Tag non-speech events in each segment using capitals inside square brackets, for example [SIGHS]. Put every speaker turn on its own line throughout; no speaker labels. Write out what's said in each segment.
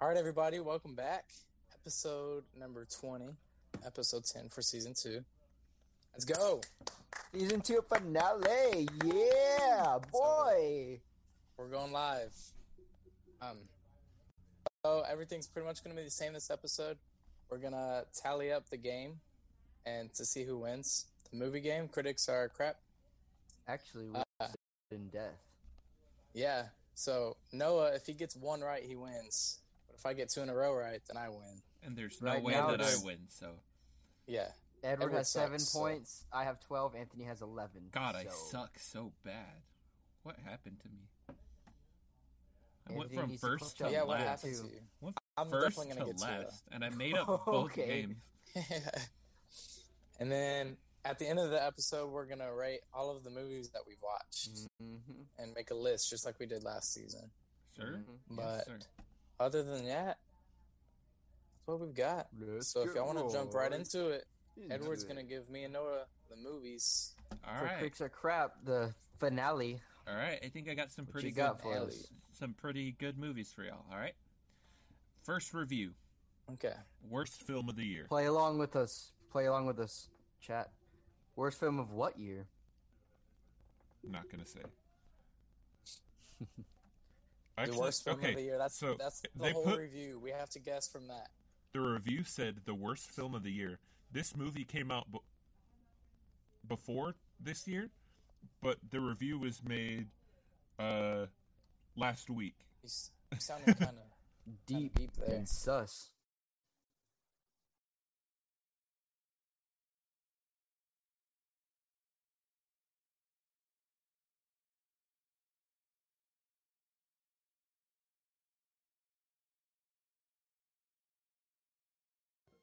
All right, everybody, welcome back. Episode number 20, episode 10 for season two. Let's go.
Season two finale. Yeah, boy.
We're going live. Um, so everything's pretty much going to be the same this episode. We're going to tally up the game and to see who wins. The movie game, critics are crap.
Actually,
Uh,
we're in death.
Yeah. So Noah, if he gets one right, he wins. But if I get two in a row right, then I win.
And there's no
Right
way
now
that
it's-
I win, so
Yeah.
Edward
Edward
has seven
sucks, so-
points. I have 12. Anthony has 11.
God, I
So,
suck so bad. What happened to me? I went
Anthony
from
needs to
first
push
to
up.
yeah. What
last,
happened
Two.
to you?
What-
I'm
first
definitely
to
going to get you.
last, and I made
[LAUGHS]
up both
Okay.
games.
and then at the end of the episode, we're gonna rate all of the movies that we've watched
Mm-hmm.
Mhm.
and make a list, just like we did last season.
Sir,
Mhm.
But-
yes, sir.
Other than that, that's what we've got. so if y'all want to jump right into it, Edward's gonna give me and Noah the movies.
All
For
right,
Cricks Are Crap, the finale.
all right. I think I got some
What
pretty
you got
good, uh,
for us?
some pretty good movies for y'all. All right. First review:
Okay.
worst film of the year.
Play along with us. Play along with us, chat. Worst film of what year?
Not gonna say.
[LAUGHS] the worst film
okay,
of the year. That's
so
that's the
they
whole
put-
review. We have to guess from that.
The review said the worst film of the year. This movie came out b- before this year, but the review was made uh last week.
You,
[LAUGHS]
s- you sounded kind of
Deep,
deep there.
and sus.
Uh,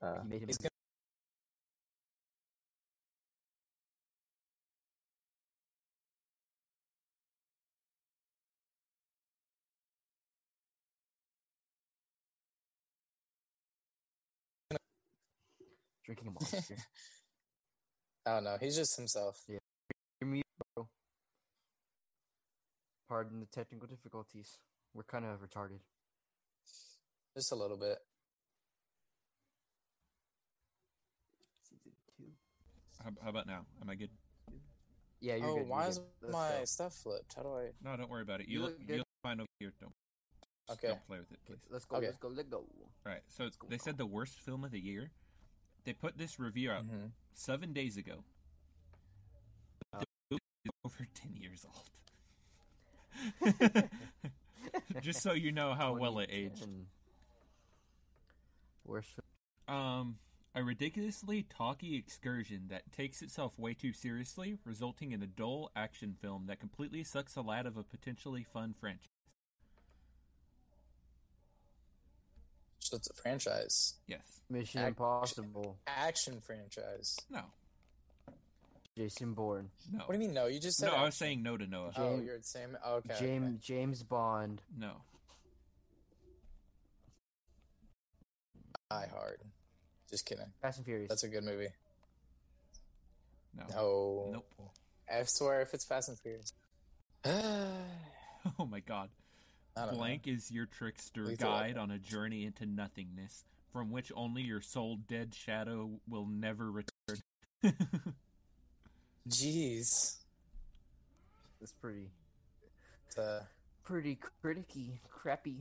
He made him
He's gonna- [LAUGHS]
drinking a monster.
I don't know. He's just himself.
You're mute, bro. Pardon the technical difficulties. We're kind of retarded.
Just a little bit.
season two.
How, how about now? Am I good?
Yeah, you're
oh,
good.
why
you're
is
good. Let's
my
go.
stuff flipped? How do I?
No, don't worry about it.
You
You
look
look,
good.
you look fine over here. Don't just
Okay.
don't play with it,
Okay,
please.
let's go.
Okay.
Let's go. Let's go.
All right. So they said the worst film of the year. They put this review out
Mhm.
seven days ago. But the movie is over ten years old. [LAUGHS] Just so you know how well it aged.
2010. Worst.
Um, a ridiculously talky excursion that takes itself way too seriously, resulting in a dull action film that completely sucks the light of a potentially fun franchise.
So it's a franchise,
Yes.
Mission
Act-
Impossible.
action franchise.
No.
Jason Bourne.
No.
What do you mean? No, you just said.
No, I was
act-
saying no to Noah.
Oh,
James-
you're the same. oh, okay.
James
okay.
James Bond.
No.
Die Hard. Just kidding.
Fast and Furious.
That's a good movie.
No.
No.
Nope. [LAUGHS]
I swear, if it's Fast and Furious. [SIGHS] I
Oh my god.
don't
Blank is your trickster
Lethal
guide on a journey into nothingness, from which only your soul dead shadow will never return.
Know. Jeez.
That's pretty
It's, uh,
pretty criticky, crappy.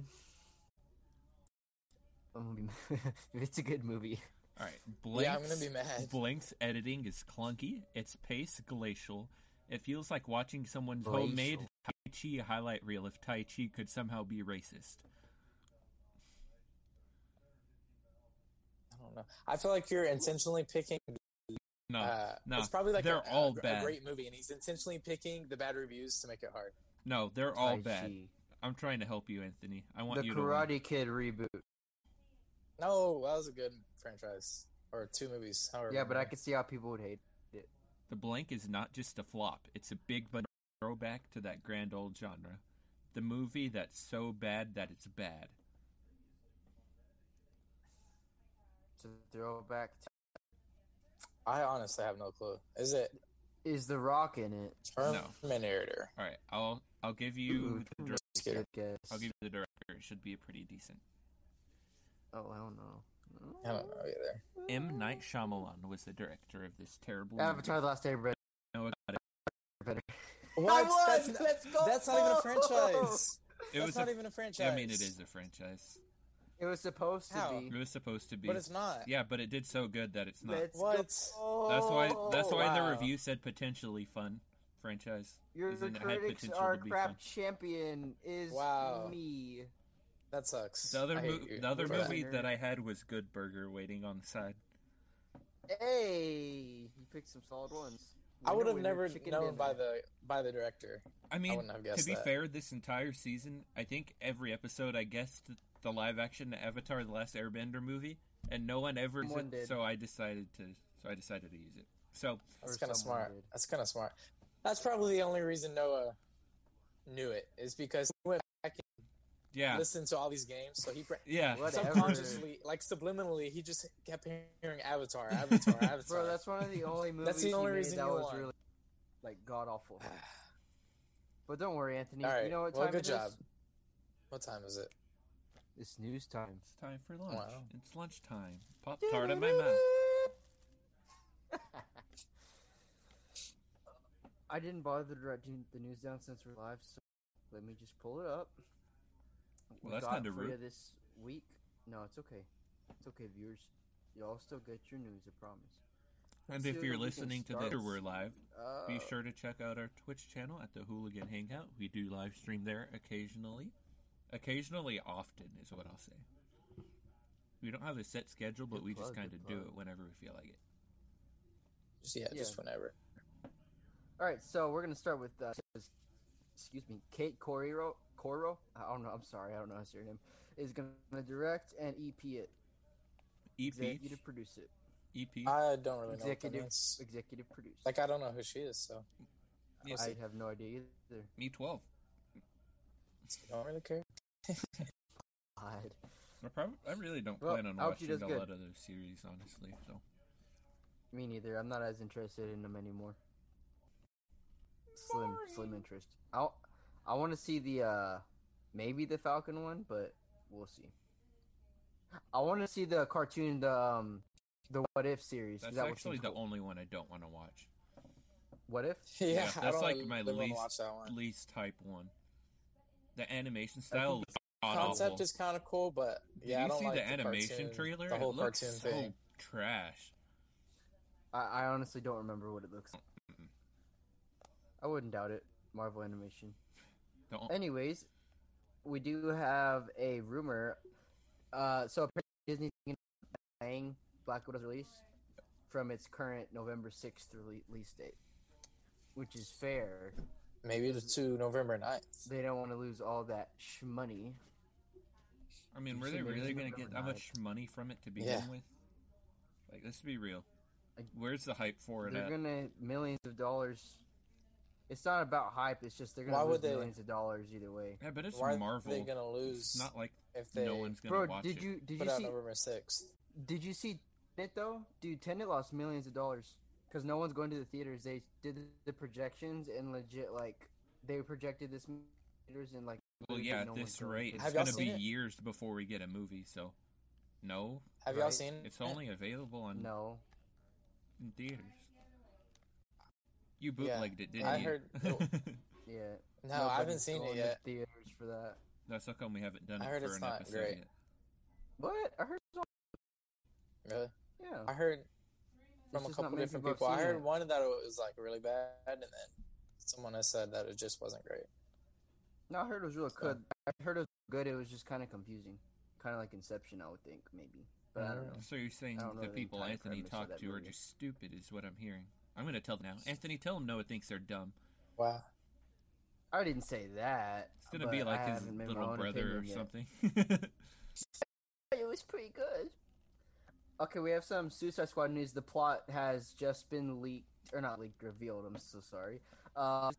I'm gonna be [LAUGHS] if it's a good movie.
Alright. Blank
yeah, I'm gonna be mad.
Blink's editing is clunky, its pace glacial. It feels like watching someone's
Glacial.
homemade Tai Chi highlight reel if Tai Chi could somehow be racist.
I don't know. I feel like you're intentionally picking.
No,
uh,
no,
it's probably like
they're
a,
all
a, a
bad.
great movie, and he's intentionally picking the bad reviews to make it hard.
no, they're all
Tai
bad.
Chi.
I'm trying to help you, Anthony. I want
The
you to.
Karate Kid reboot.
No, that was a good franchise or two movies. However,
Yeah, but I
many.
could see how people would hate.
Win. The Blank is not just a flop; it's a big but throwback to that grand old genre. The movie that's so bad that it's bad.
It's a throwback. To...
I honestly have no clue. Is it
Is The Rock in it?
No.
Terminator?
All right, I'll I'll give you the dir-
Just kidding.
Good guess.
I'll give you the director. It should be a pretty decent.
Oh, hell no.
I don't know either.
M. Night Shyamalan was the director of this terrible.
Avatar: The Last Airbender.
Movie. No, it got it.
What?
won!
That's, n-
Let's go!
that's not even a franchise.
It
that's
was.
not
a-
even a franchise.
I mean, it is a franchise.
It was supposed to
How?
It
be.
was supposed to be.
Mm-hmm. But it's not.
Yeah, but it did so good that it's not.
Let's
What?
go.
That's why. That's why
Oh, wow.
the review said potentially fun franchise.
Your
Isn't it had
critics
potential
are
to be
crap
fun?
champion is
Wow.
me.
That sucks.
The other
I hate
mo-
you
the other
for that.
movie that I had was Good Burger, waiting on the side.
Hey, you picked some solid ones.
I would
Winner,
have
winner,
never
chicken
known
dinner.
by the by the director.
I
I
mean,
wouldn't have
to
guessed
be
that.
fair, this entire season, I think every episode, I guessed the live action Avatar: The Last Airbender movie, and no one ever.
Someone
used it,
did.
So I decided to. So I decided to use it. So
That's
Or
kind of
someone
smart.
did.
That's kind of smart. That's probably the only reason Noah knew it is because he went back and
yeah,
listened to all these games. So he pra-
yeah.
Whatever.
subconsciously, like subliminally, he just kept hearing Avatar, Avatar,
[LAUGHS]
Avatar.
Bro, that's
[LAUGHS]
one of the only movies.
That's the only
he made
reason
that
you
was
won.
really like god
[SIGHS]
awful. But don't worry, Anthony.
all right.
You know what time
well, good
it is?
job. What time is it?
It's news time.
It's time for lunch.
Wow.
It's lunchtime. Pop tart in my mouth.
[LAUGHS] I didn't bother to write the news down since we're live, so let me just pull it up.
Well, that's
got
kinda
for you
rude.
This week, no, it's okay. It's okay, viewers. Y'all still get your news, I promise.
And
Let's see
if
what
you're
we can
listening to
start
this,
with.
we're live.
Uh,
Be sure to check out our Twitch channel at the Hooligan Hangout. We do live stream there occasionally. Occasionally, often is what I'll say. We don't have a set schedule, but
Good
we just
plug,
kind
good
of do
plug.
it whenever we feel like it.
Just yeah, just whenever.
All right, so we're gonna start with, uh, s- excuse me, Kate Coriro. Coro, I don't know. I'm sorry, I don't know his surname. Is gonna direct and EP
E
it,
EP,
executive produce it,
EP.
I don't really know. What that
executive,
means.
executive produce.
Like I don't know who she is, so
Yeah,
I have no idea either.
me twelve.
I don't really care. [LAUGHS]
God.
I, prob- I really don't
Well,
plan on
I hope she
watching a
does good.
lot of those series, honestly. So
Me neither. I'm not as interested in them anymore. Slim, slim interest. I, I want to see the, uh, maybe the Falcon one, but we'll see. I want to see the cartoon, the, um, the What If series. 'cause
that's
that would
actually
seem
the
cool.
only one I don't want to watch.
What If?
Yeah,
Yeah,
I
that's
don't
like
really
my
wanna
least-
watch that one.
Least type one. The animation style looks god
Concept
awful.
is kind of cool, but
Did
yeah, I
you
don't
see
like
the animation
cartoon-
trailer?
The whole
it looks
cartoon
so
thing.
trash.
I, I honestly don't remember what it looks like. I wouldn't doubt it. Marvel Animation.
The o-
Anyways, we do have a rumor. Uh, so apparently Disney delaying Black Widow's release from its current November sixth release date, which is fair.
Maybe to- to November 9th.
They don't want to lose all that sh money.
I mean,
You
were
should
they
make
really
it
going to get that
overnight.
much money from it to begin
Yeah.
with? Like, let's be real.
Like,
Where's the hype for it
They're
at?
gonna millions of dollars. It's not about hype. It's just they're gonna
Why would
lose
they-
millions of dollars either way.
Yeah, but it's
Why are
Marvel.
they gonna lose
It's not like
if they
no one's going
Bro,
to watch
did
it.
you did
put
you
out
see
November 6th?
Did you see Tenet though? Dude, Tenet lost millions of dollars because no one's going to the theaters. They did the projections and legit like they projected this in theaters and like.
Well,
literally
yeah,
no
at
one's
this
going to
rate,
the
Have
it's
y'all
going to be
seen it?
years before we get a movie. So, no,
Have y'all
Right.
seen? it?
it's only available on
No,
in theaters. You
Yeah,
bootlegged it, didn't
I
you? [LAUGHS]
heard-
yeah.
No, I haven't
nobody's
seen it
going to
yet.
theaters for that.
That's how come we haven't done it
I heard
for
it's
an
not
episode
great.
yet.
What? I heard. So-
Really?
yeah.
I heard
It's
from a
just not
couple
many
different
people
people. I
have seen
heard
it.
one that it was like really bad, and then someone has said that it just wasn't great.
No, I heard it was really good. I heard it was good. It was just kind of confusing, kind of like Inception. I would think maybe, but I don't know.
So you're saying
I don't know
the
the
people
entire
Anthony
premise of
talked
that
to are
movie.
just stupid, is what I'm hearing. I'm going to tell them now. Anthony, tell them Noah thinks they're dumb.
Wow.
I didn't say that.
It's going to be
but I
like his
haven't made my
little
own
brother or
opinion yet.
something. [LAUGHS]
It was pretty good. Okay, we have some Suicide Squad news. The plot has just been leaked, or not leaked, revealed. I'm so sorry. Uh,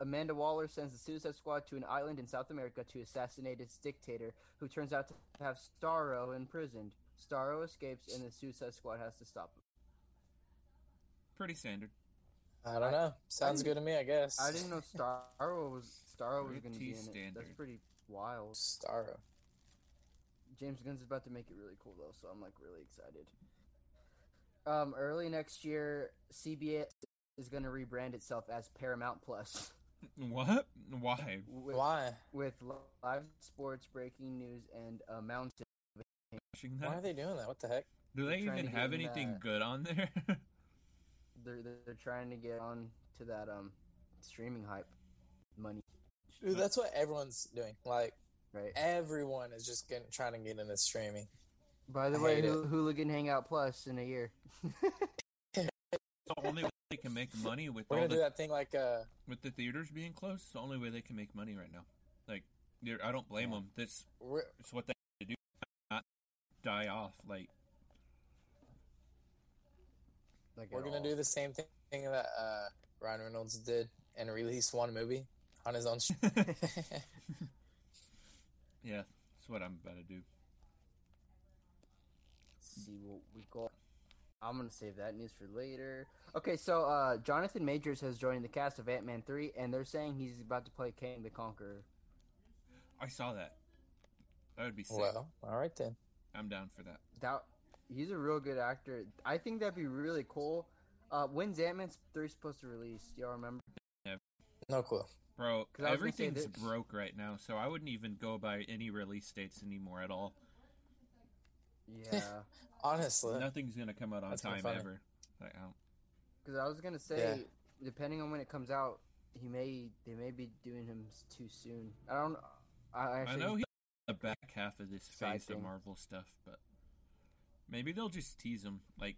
Amanda Waller sends the Suicide Squad to an island in South America to assassinate its dictator, who turns out to have Starro imprisoned. Starro escapes, and the Suicide Squad has to stop him.
Pretty standard.
I don't know. Sounds
didn't-
good to me, I guess.
I [LAUGHS] didn't know Starro was Starro was going to be in
Pretty
it. That's
standard.
pretty wild.
Starro.
James Gunn's is about to make it really cool though, so I'm like really excited. Um, early next year, CBS is going to rebrand itself as Paramount Plus
What? Why?
with,
Why?
with live sports, breaking news, and a mountain.
Watching
Why are [LAUGHS]
that?
they doing that? What the heck?
Do they
They're trying
even
to get
have
in
anything
that-
good on there? [LAUGHS]
They're, they're they're trying to get on to that um streaming hype money,
Dude, that's what everyone's doing. Like
right?
everyone is just getting trying to get into streaming.
By the
I
way,
hate
Hool- Hooligan Hangout Plus in a year.
the only way they
[LAUGHS]
can make money with
We're
all
gonna
the
do that thing like uh
with the theaters being closed. It's the only way they can make money right now. Like, they're- I don't blame them. That's
we're,
it's what they have to do. Not die off.
[LAUGHS]
Like,
Like
we're
at
gonna
all.
do the same thing that uh Ryan Reynolds did and release one movie on his own. [LAUGHS] stream.
yeah, that's what I'm about to do.
see what we got. I'm gonna save that news for later. Okay, so uh, Jonathan Majors has joined the cast of Ant Man three, and they're saying he's about to play Kang the Conqueror.
I saw that. That would be sick.
well, all right then.
I'm down for that.
That he's a real good actor. I think that'd be really cool. Uh, when's Ant Man three supposed to release? Do y'all remember?
No clue.
Bro,
'Cause I was gonna say
everything's
that-
broke right now, so I wouldn't even go by any release dates anymore at all.
Yeah,
Honestly,
Nothing's gonna come out on
That's kinda
time
funny.
ever. Like, I don't,
because I was gonna say,
Yeah.
depending on when it comes out, he may they may be doing him s- too soon. I don't. I, I,
I
actually,
know he's in the back half of this
Side
phase of
thing.
Marvel stuff, but maybe they'll just tease him. Like,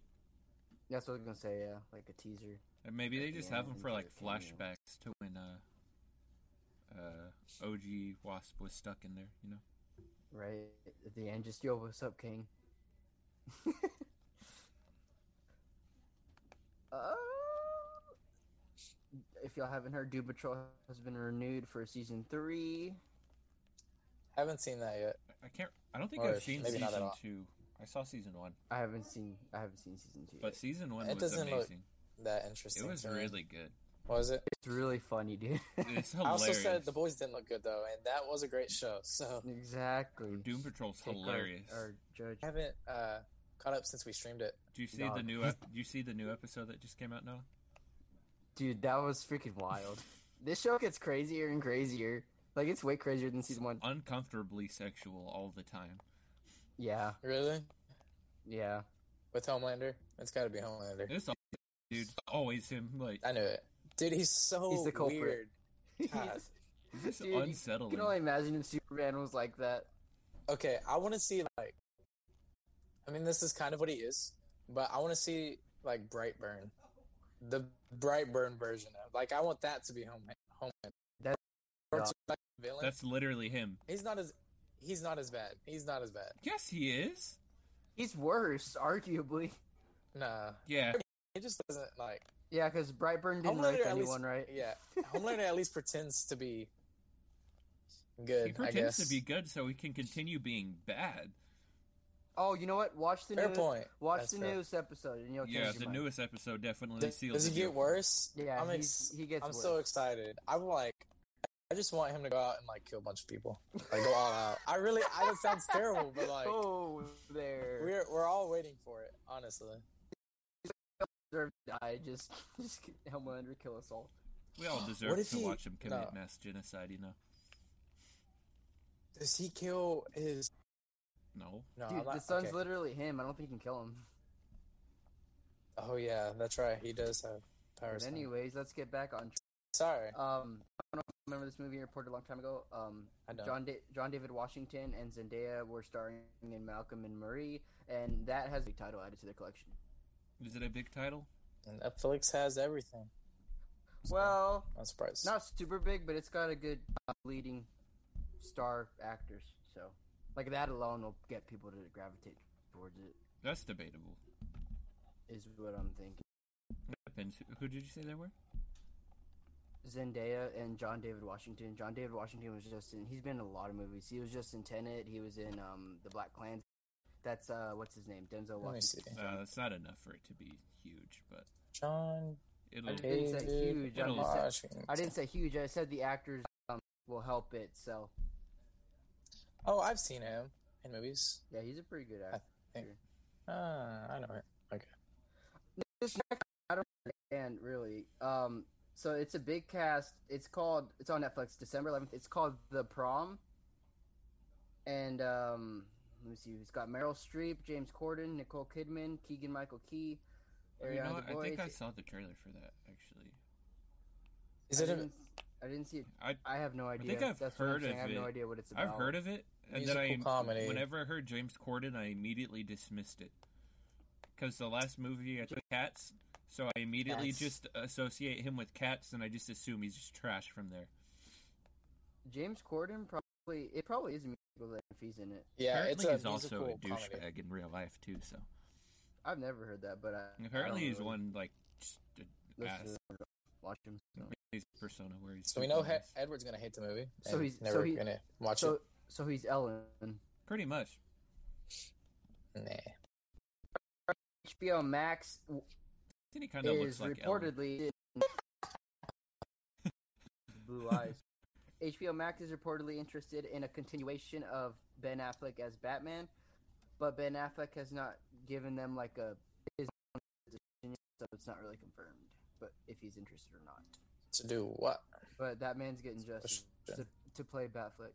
That's what I was gonna say. Yeah, like a teaser.
and maybe they
At the
just have him
end,
for like
or cameo.
flashbacks to when uh, uh, OG Wasp was stuck in there. You know,
Right at the end, just yo, what's up, King? [LAUGHS] uh, if y'all haven't heard, Doom Patrol has been renewed for season three.
haven't seen that yet.
I- I can't. I don't think
Or
I've seen
maybe not at
season
all.
two. I saw season one,
I haven't seen. I haven't seen season two.
but
yet.
season one
It
was
doesn't look
amazing.
That interesting.
It was
to me. [LAUGHS]
really good.
was it?
it's really funny,
[LAUGHS]
dude.
It's
I
hilarious.
also said the boys didn't look good though, and that was a great show. So
exactly.
Doom Patrol's
Take our-
hilarious.
Our, judge.
I haven't uh, caught up since we streamed it.
Do you see the
Dog.
new? Ep- do you see the new episode that just came out now?
Dude, that was freaking wild. [LAUGHS] this show gets crazier and crazier. Like it's way crazier than season one.
Uncomfortably sexual all the time.
Yeah,
Really?
yeah.
With Homelander? It's got to be Homelander.
It's always, dude, always him. Like
I knew it, dude. He's so
He's the culprit.
weird. God.
[LAUGHS]
just
Dude, you You
unsettling.
can only imagine if Superman was like that.
Okay, I want to see like. I mean, this is kind of what he is, but I want to see like Brightburn, the Brightburn version of like I want that to be Home Homelander.
That's-
Or to, like, villain.
That's literally him.
he's not as he's not as bad. He's not as bad.
Yes, he is.
He's worse, arguably. [LAUGHS]
Nah,
Yeah,
he just doesn't like.
Yeah, because Brightburn didn't
Homelander
like
at least-
anyone, right?
Yeah, Homelander at least pretends to be good.
he
I
pretends
guess.
to be good so he can continue being bad.
Oh, you know what? Watch the
Fair
news.
point.
Watch
That's
the
fair.
newest episode, and you'll
Yeah,
change
the
your mind.
newest episode definitely
Does,
seals.
does
the
he get
deal.
worse?
Yeah,
I'm
he-
ex-
he gets
I'm so
worse.
excited. I'm like, I just want him to go out and like kill a bunch of people, like go all out. I really, I, that sounds
[LAUGHS]
terrible, but like,
oh, there.
we're we're all waiting for it, honestly.
deserve to die. Just, [LAUGHS] just get Homelander kill us all.
We all
[GASPS]
deserve
What
to
if he-
watch him commit
no.
mass genocide. You know?
Does he kill his?
No,
No,
Dude,
I'm not,
the son's
okay.
literally him. I don't think you can kill him.
Oh yeah, that's right. He does have powers.
But
now.
anyways, let's get back on.
sorry,
Um, I don't know if you remember this movie reported a long time ago. Um,
I don't.
John da- John David Washington and Zendaya were starring in Malcolm and Marie, and that has a title added to their collection.
is it a big title?
And Netflix has everything. So,
Well,
I'm surprised.
not super big, but it's got a good uh, leading star actors. So, like that alone will get people to gravitate towards it.
That's debatable.
Is what I'm thinking.
Depends. Who did you say they were?
Zendaya and John David Washington. John David Washington was just in. He's been in a lot of movies. He was just in Tenet. He was in um the Black Clans. That's uh what's his name? Denzel
Let me see.
Washington.
Uh, it's not enough for it to be huge, but
John
it'll.
I didn't say
David
huge. I
It'll-
just said,
Washington.
I didn't say huge. I said the actors um, will help it. So
Oh, I've seen him. in movies?
Yeah, he's a pretty good actor.
Uh, I know her.
This next, I don't understand really. Um, so it's a big cast. It's called. It's on Netflix, December 11th. It's called The Prom. And um, let me see. It's got Meryl Streep, James Corden, Nicole Kidman, Keegan Michael Key,
Oh, you know
Ariana
what? I think I
DeBose.
saw the trailer for that actually.
Is it
I
a
didn't, I didn't see it.
I
I have no idea.
think I've
That's what I'm
heard of
saying. I have no
it.
idea what it's about.
I've heard of it, and then
Musical
I
comedy.
whenever I heard James Corden, I immediately dismissed it because the last movie I took Cats, so I immediately
Cats.
just associate him with Cats, and I just assume he's just trash from there.
James Corden probably. It probably is a musical that if he's in it.
yeah? It's
apparently,
a
he's
musical
also a
comedy.
douchebag in real life too. So
I've never heard that, but I, I don't
apparently, he's
really
one like just a
listen
ass.
to them or Watch him. so.
His persona where he's
So we know
super
he-
nice.
Edward's gonna hate the movie.
So
and
he's- so
never
he-
gonna watch
So, so he's Ellen.
pretty much.
it. Nah.
HBO Max w-
And he kind of
is
looks like Ellen.
reportedly [LAUGHS] blue eyes. HBO Max is reportedly interested in a continuation of Ben Affleck as Batman, but Ben Affleck has not given them like a his decision, so it's not really confirmed. But if he's interested or not,
To do what?
but that man's getting justice
Question.
to, to play Batfleck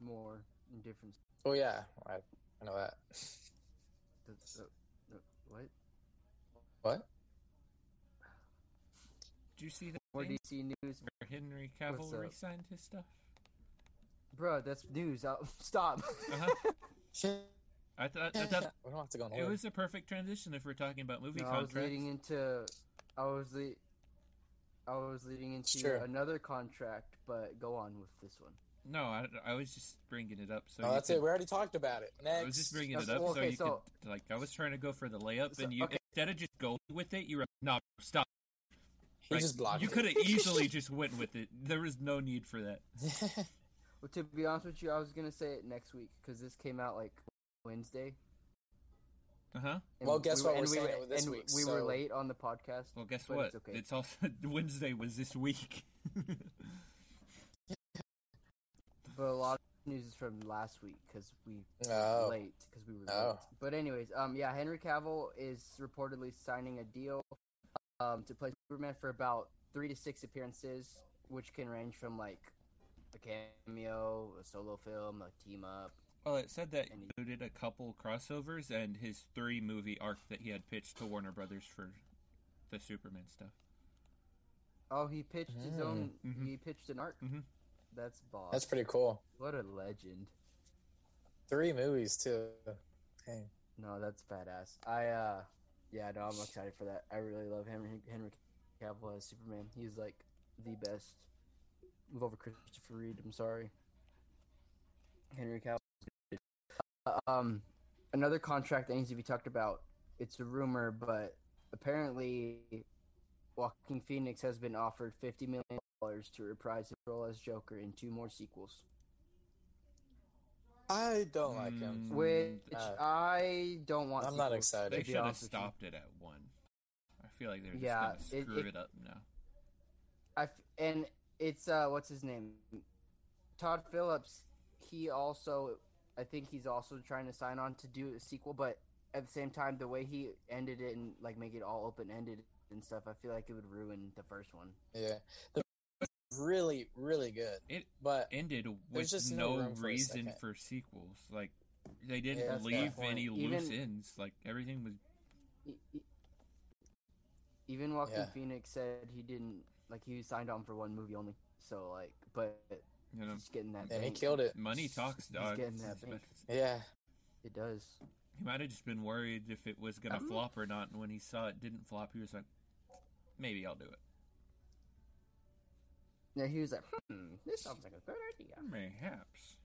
more in different.
Oh yeah, I, I know that.
that's- uh, uh, What?
What?
Did you see that
More
thing
DC news
where Henry
What's
Cavill
up?
re-signed his stuff?
Bro, that's news. Uh, [LAUGHS] stop.
Uh-huh.
[LAUGHS]
I thought I
[LAUGHS]
thought
we don't have to go on
It
hold.
was a perfect transition if we're talking about movie
No, I was
contracts.
leading into. I was le- I was leading into
Sure.
another contract, but go on with this one.
No, I, I was just bringing it up. So
oh,
you
that's
could-
it. We already talked about it. Next.
I was just bringing it
That's-
up so
okay,
you
so-
could like. I was trying to go for the layup,
So-
and you
okay.
instead of just going with it, you were no stop.
he
Right.
just blocked.
You
it.
could
[LAUGHS]
have easily
[LAUGHS]
just went with it. There was no need for that.
Well, to be honest with you, I was gonna say it next week because this came out like Wednesday.
Uh huh.
and
Well, guess what?
and
We're saying it this
and
week,
we were
so-
late on the podcast.
Well, guess
But
what?
it's
It's,
okay.
also [LAUGHS] Wednesday was this week. [LAUGHS]
But a lot of news is from last week because we
Oh.
late because we were late.
Oh.
But anyways, um, yeah, Henry Cavill is reportedly signing a deal, um, to play Superman for about three to six appearances, which can range from like a cameo, a solo film, a team up.
well, it said that
And he-
included a couple crossovers and his three movie arc that he had pitched to Warner Brothers for the Superman stuff.
Oh, he pitched his
Mm.
own.
Mhm.
He pitched an arc.
Mhm.
That's boss.
That's pretty cool.
What a legend.
Three movies too. Dang.
No, that's badass. I uh yeah, no, I'm excited for that. I really love Henry Henry Cavill as Superman. He's like the best. Move over Christopher Reed, I'm sorry. Henry Cavill. Uh, Um another contract that needs to be talked about. It's a rumor, but apparently Walking Phoenix has been offered fifty million dollars to reprise his role as Joker in two more sequels.
I don't like him.
Mm,
Which
uh,
I don't want
I'm not
sequels.
They
excited.
be
should have
honest with you.
stopped it at one. I feel like they're just
Yeah,
gonna
it-
screw it,
it-
up now.
I f- and it's uh what's his name? Todd Phillips. He also I think he's also trying to sign on to do a sequel, but at the same time the way he ended it and like make it all open ended and stuff, I feel like it would ruin the first one.
Hmm.
Yeah, the really, really good.
It
But
ended with
There's just no
no,
room for a
reason
second.
for sequels. Like they
Yeah,
didn't
that's
leave
fair.
any
Even-
loose ends. Like everything was.
E- e- Even Joaquin
Yeah.
Phoenix said he didn't like he signed on for one movie only. So like but
You know,
he's getting that
and he
bank.
killed it. [LAUGHS]
money talks, dog.
getting that bank.
Yeah,
It does.
He might have just been worried if it was gonna
Um.
flop or not, and when he saw it didn't flop, he was like, "Maybe I'll do it."
Now he was like, hmm, this sounds like a good idea.
Perhaps.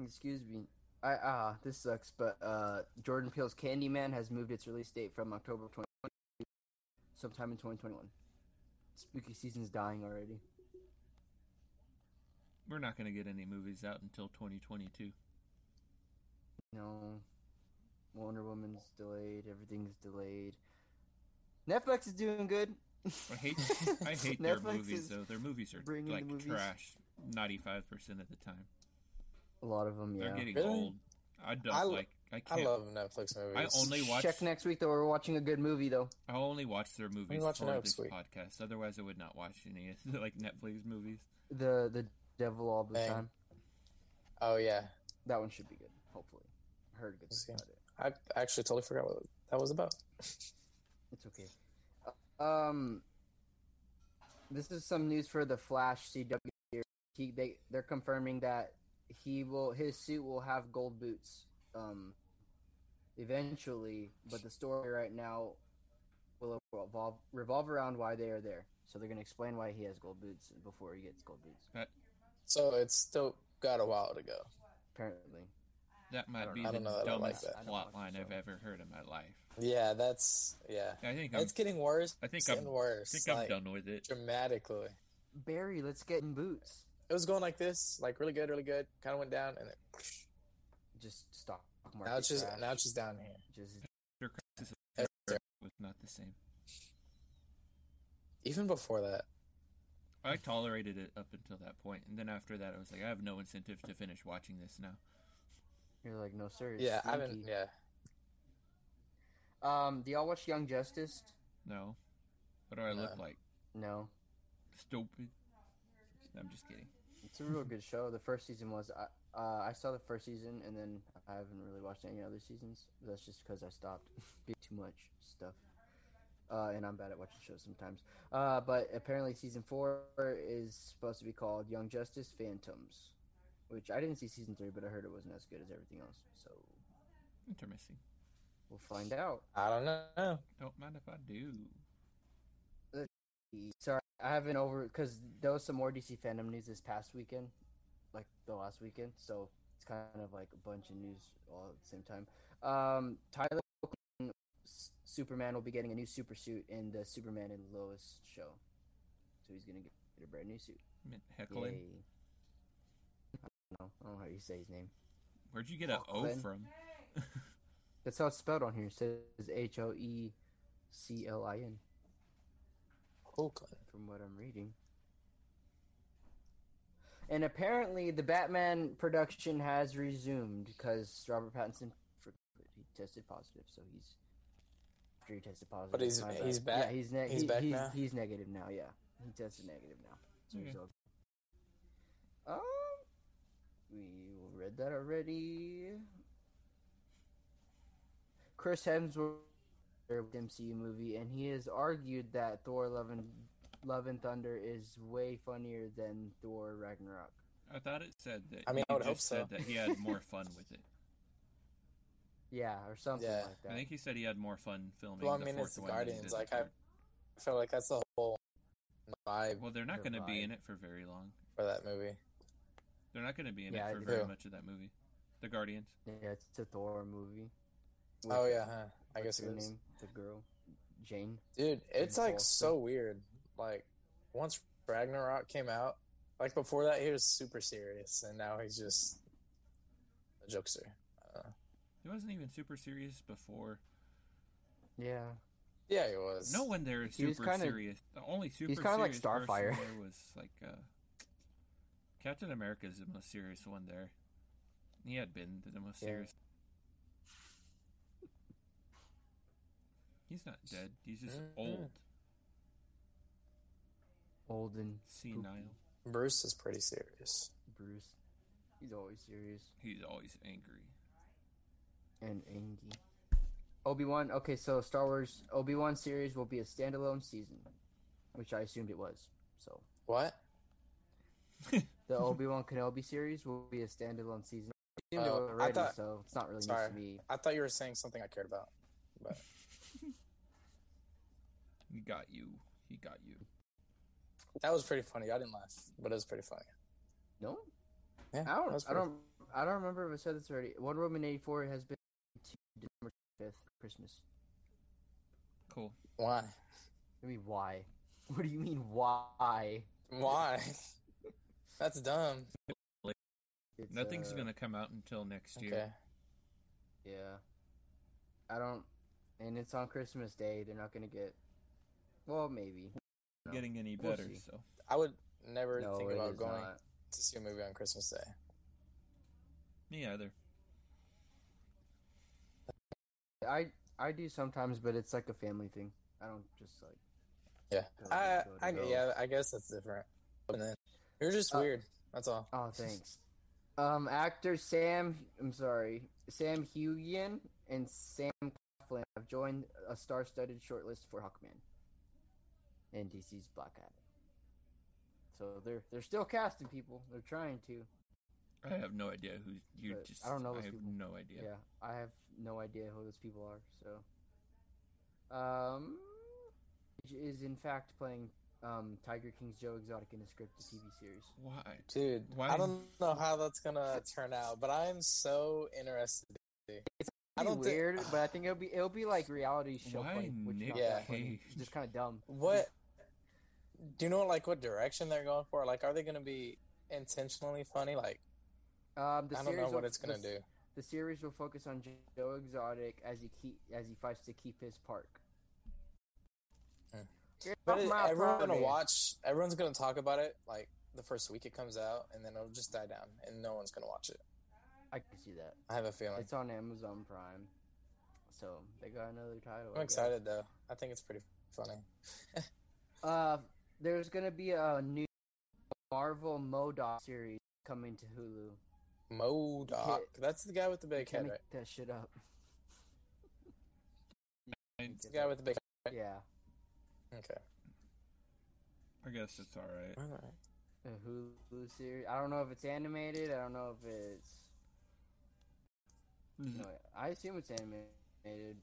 Excuse me. I ah, this sucks. But uh, Jordan Peele's Candyman has moved its release date from October 2020, sometime in 2021. Spooky season's dying already.
We're not gonna get any movies out until 2022.
No, Wonder Woman's delayed. Everything's delayed. Netflix is doing good.
I hate. I
[LAUGHS]
hate their movies though. Their movies are
bringing the
like
movies.
trash. Ninety-five percent of the time.
A lot of them, yeah.
They're getting
Really?
old. I don't
I l-
like. I
I
can't.
love Netflix movies.
I only watch.
Check next week though. We're watching a good movie though.
I only watch their movies
watch
for
another
this
sweet.
podcast. Otherwise, I would not watch any of the, like Netflix movies.
The the Devil All the
Dang.
Time.
Oh yeah,
That one should be good. Hopefully, I heard good things
See.
about it.
I actually totally forgot what that was about.
It's okay. Uh, Um, this is some news for the Flash CW. He they they're confirming that he will his suit will have gold boots. Um, eventually, but the story right now will revolve revolve around why they are there. So they're gonna explain why he has gold boots before he gets gold boots.
So it's still got a while to go.
Apparently,
That
I
might
don't
be
know. I
the
don't know that I like
dumbest
that.
I don't
plot
watch
line
the
I've
show.
ever heard in my life.
Yeah, that's yeah.
I think I'm,
It's getting worse.
I think
and
I'm-
worse.
think I'm
like,
done with it.
Dramatically,
Barry, let's get in boots.
it was going like this, like really good, really good. Kind of went down, and then
Just stock market.
now it's just
crash.
now it's just down here.
just
Their crisis
It's there.
was not the same.
Even before that,
I tolerated it up until that point, and then after that, I was like, I have no incentive to finish watching this now.
you're like no sir. it's
yeah, I
sneaky."
haven't. Yeah,
Um, do y'all watch Young Justice?
No, what do I look
No.
like?
No,
Stupid. I'm just kidding.
it's a real good show. The first season was I, uh, I saw the first season, and then I haven't really watched any other seasons. That's just because I stopped [LAUGHS] Be too much stuff, uh, and I'm bad at watching shows sometimes. Uh, but apparently, season four is supposed to be called Young Justice Phantoms, which I didn't see season three, but I heard it wasn't as good as everything else. So
Interesting.
we'll find out.
I don't know.
Don't mind if I do.
Sorry, I haven't over because there was some more DC fandom news this past weekend, like the last weekend. So it's kind of like a bunch of news all at the same time. Um, Tyler Oakley, S- Superman will be getting a new super suit in the Superman and Lois show, so he's gonna get a brand new suit.
I meant heckling.
Yay. I don't know. I don't know how you say his name.
Where'd you get a O
Heckling.
from?
That's how it's spelled on here. It says H O E C L I N.
Oakland.
from what I'm reading. And apparently, the Batman production has resumed because Robert Pattinson for- he tested positive, so he's after he tested positive.
he's-
my
he's
bad.
back-
Yeah, he's, ne-
he's
he-
back
he's,
now?
he's negative now. Yeah, he tested negative now. So he's
Okay.
over. Um, we read that already. Chris Hemsworth MCU movie, and he has argued that Thor: Love and, Love and Thunder is way funnier than Thor: Ragnarok.
I thought it said that.
I mean, I
you
would
just
hope so.
said that he had more fun
[LAUGHS]
with it.
Yeah, or something
Yeah.
like
I
that.
think he said he had more fun filming.
Well, I
the
mean,
fourth
it's the
one than he did
Guardians,
the
like, I-
third.
I feel like that's the whole vibe
Well, they're not
the
going to be
vibe.
in it for very long.
for that movie.
They're not going to be in
Yeah,
it for
I-
very
Who?
much of that movie. The Guardians.
Yeah, it's a Thor movie.
oh
With-
yeah, huh? I guess
what's her
it is.
name, the girl, Jane.
Dude, it's
Jane
like
Foster.
so weird. Like once Ragnarok came out, like before that he was super serious, and now he's just a jokester. Uh,
He wasn't even super serious before.
Yeah,
Yeah, he was.
No one there is
He was
super
kinda-
serious. The only super
kinda like
serious person
Starfire.
there was like uh, Captain America is the most serious one there. He had been the most
Yeah.
serious. He's not dead. He's just
Mm-hmm.
Mhm.
old,
old and
senile.
Bruce is pretty serious.
Bruce. He's always serious
He's always angry.
and angry. Obi Wan. Okay, so Star Wars Obi Wan series will be a standalone season, which I assumed it was. So
What?
the
[LAUGHS]
Obi Wan Kenobi series will be a standalone season. I assumed it
Oh, I
already,
thought-
so it's not really
Sorry.
news to me.
I thought you were saying something I cared about. But
He got you. He got you.
that was pretty funny. I didn't laugh, but it was pretty funny.
No,
Yeah,
I
that
don't.
was
I
pretty-
don't. I don't remember if I said this already. One Woman eighty four has been to December fifth, Christmas.
Cool.
Why?
I mean, why? [LAUGHS] What do you mean, why?
Why? [LAUGHS] That's dumb.
It's,
Nothing's
uh,
gonna come out until next year.
Okay.
Yeah. I don't. And it's on Christmas Day. They're not going to get. Well, maybe. No.
Getting any
We'll
better?
see.
so
I would never
No,
think
it
about
is
going
not.
to see a movie on Christmas Day.
Me either.
I I do sometimes, but it's like a family thing. I don't just like.
Yeah.
Go,
I,
go,
I,
go.
yeah, I guess that's different. And then you're just
Uh,
weird. That's all.
Oh,
[LAUGHS]
thanks. um, actor Sam. I'm sorry, Sam Hugian and Sam Claflin have joined a star-studded shortlist for Hawkman and DC's Black Adam. So they're they're still casting people. They're trying to.
I have no idea who's you.
But
Just
I don't know those
have
people.
no idea.
Yeah. I have no idea who those people are. So, um, which is in fact playing um Tiger King's Joe Exotic in a scripted TV series.
Why?
Dude,
Why
I
is-
don't know how that's gonna turn out, but I'm so interested. I
It'll
don't
be
thi-
weird, but I think it'll be it'll be like reality show
Why
play, which is
Nick
not that funny.
Cage?
It's just kind of dumb.
[SIGHS]
Um,
What do you know? Like, what direction they're going for? Like, are they gonna be intentionally funny? Like,
Um, the
I don't
series
know what
will-
it's gonna
the,
do.
The series will focus on Joe Exotic as he keep as he fights to keep his park.
Hmm.
You're
But
not
it,
my
everyone's gonna
property.
watch. Everyone's gonna talk about it. Like the first week it comes out, and then it'll just die down, and no one's gonna watch it.
I can see that.
I have a feeling.
It's on Amazon Prime, so they got another title.
I'm
I guess.
excited though. I think it's pretty funny.
Uh, there's gonna be a new Marvel Modoc series coming to Hulu.
Modoc. That's the guy with the big
Can't
head,
make
right?
that shit up. [LAUGHS]
It's the guy with the big. Right.
Yeah,
Okay.
I guess it's all right.
All right.
a Hulu series. I don't know if it's animated. I don't know if it's.
Mhm.
No, I assume it's animated.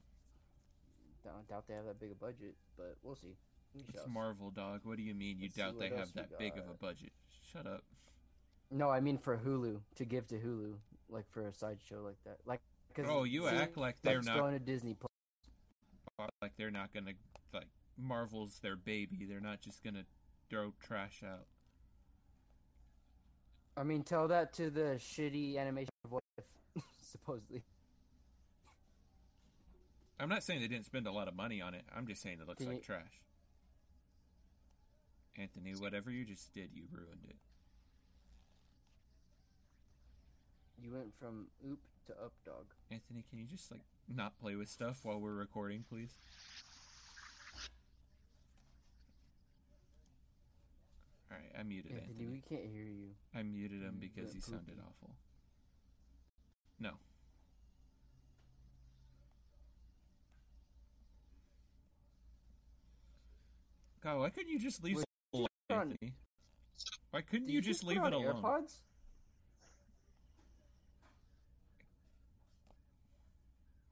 Don't doubt they have that big a budget, but we'll see. We
It's
shall
Marvel, dog. What do you mean you
Let's see
doubt they
what
have
else we
that big of a
got.
budget? Shut up.
see. No, I mean for Hulu to give to Hulu, like for a sideshow like that, like because
Oh, you act like they're not
going to Disney Plus.
like they're not gonna like Marvel's their baby. They're not just gonna throw trash out.
I mean, tell that to the shitty animation of what if, [LAUGHS] supposedly.
I'm not saying they didn't spend a lot of money on it. I'm just saying it looks
Can
like
you-
trash. Anthony, whatever you just did, you ruined it.
You went from oop to up dog.
Anthony, can you just like not play with stuff while we're recording, please? All right, I muted
Anthony,
Anthony.
we can't hear you.
I muted him because
went
he sounded
poopy.
awful. No. God, why couldn't you just leave
Wait,
it alone,
put on-
Anthony? Why couldn't
Did
you just
put
leave
on
it alone?
AirPods?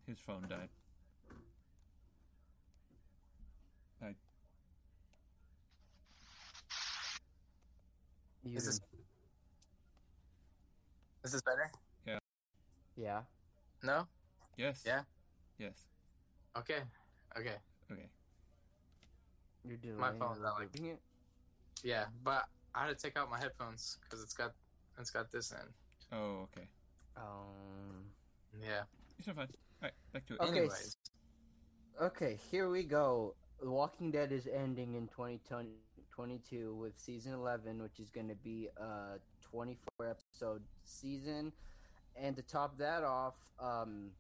His phone died. I
You,
Is this? Is this better?
yeah.
No.
yes.
Yeah?
Yes.
Okay. Okay.
Okay.
You're doing
phone's not like- Yeah, but I had to take out my headphones because it's got it's got this in.
Oh, okay.
Um.
Yeah.
It's not fine. All right, back to it.
Okay.
Anyways,
s- Okay, here we go. The Walking Dead is ending in 2020, 22 with season 11, which is going to be a 24 episode season. And to top that off, um,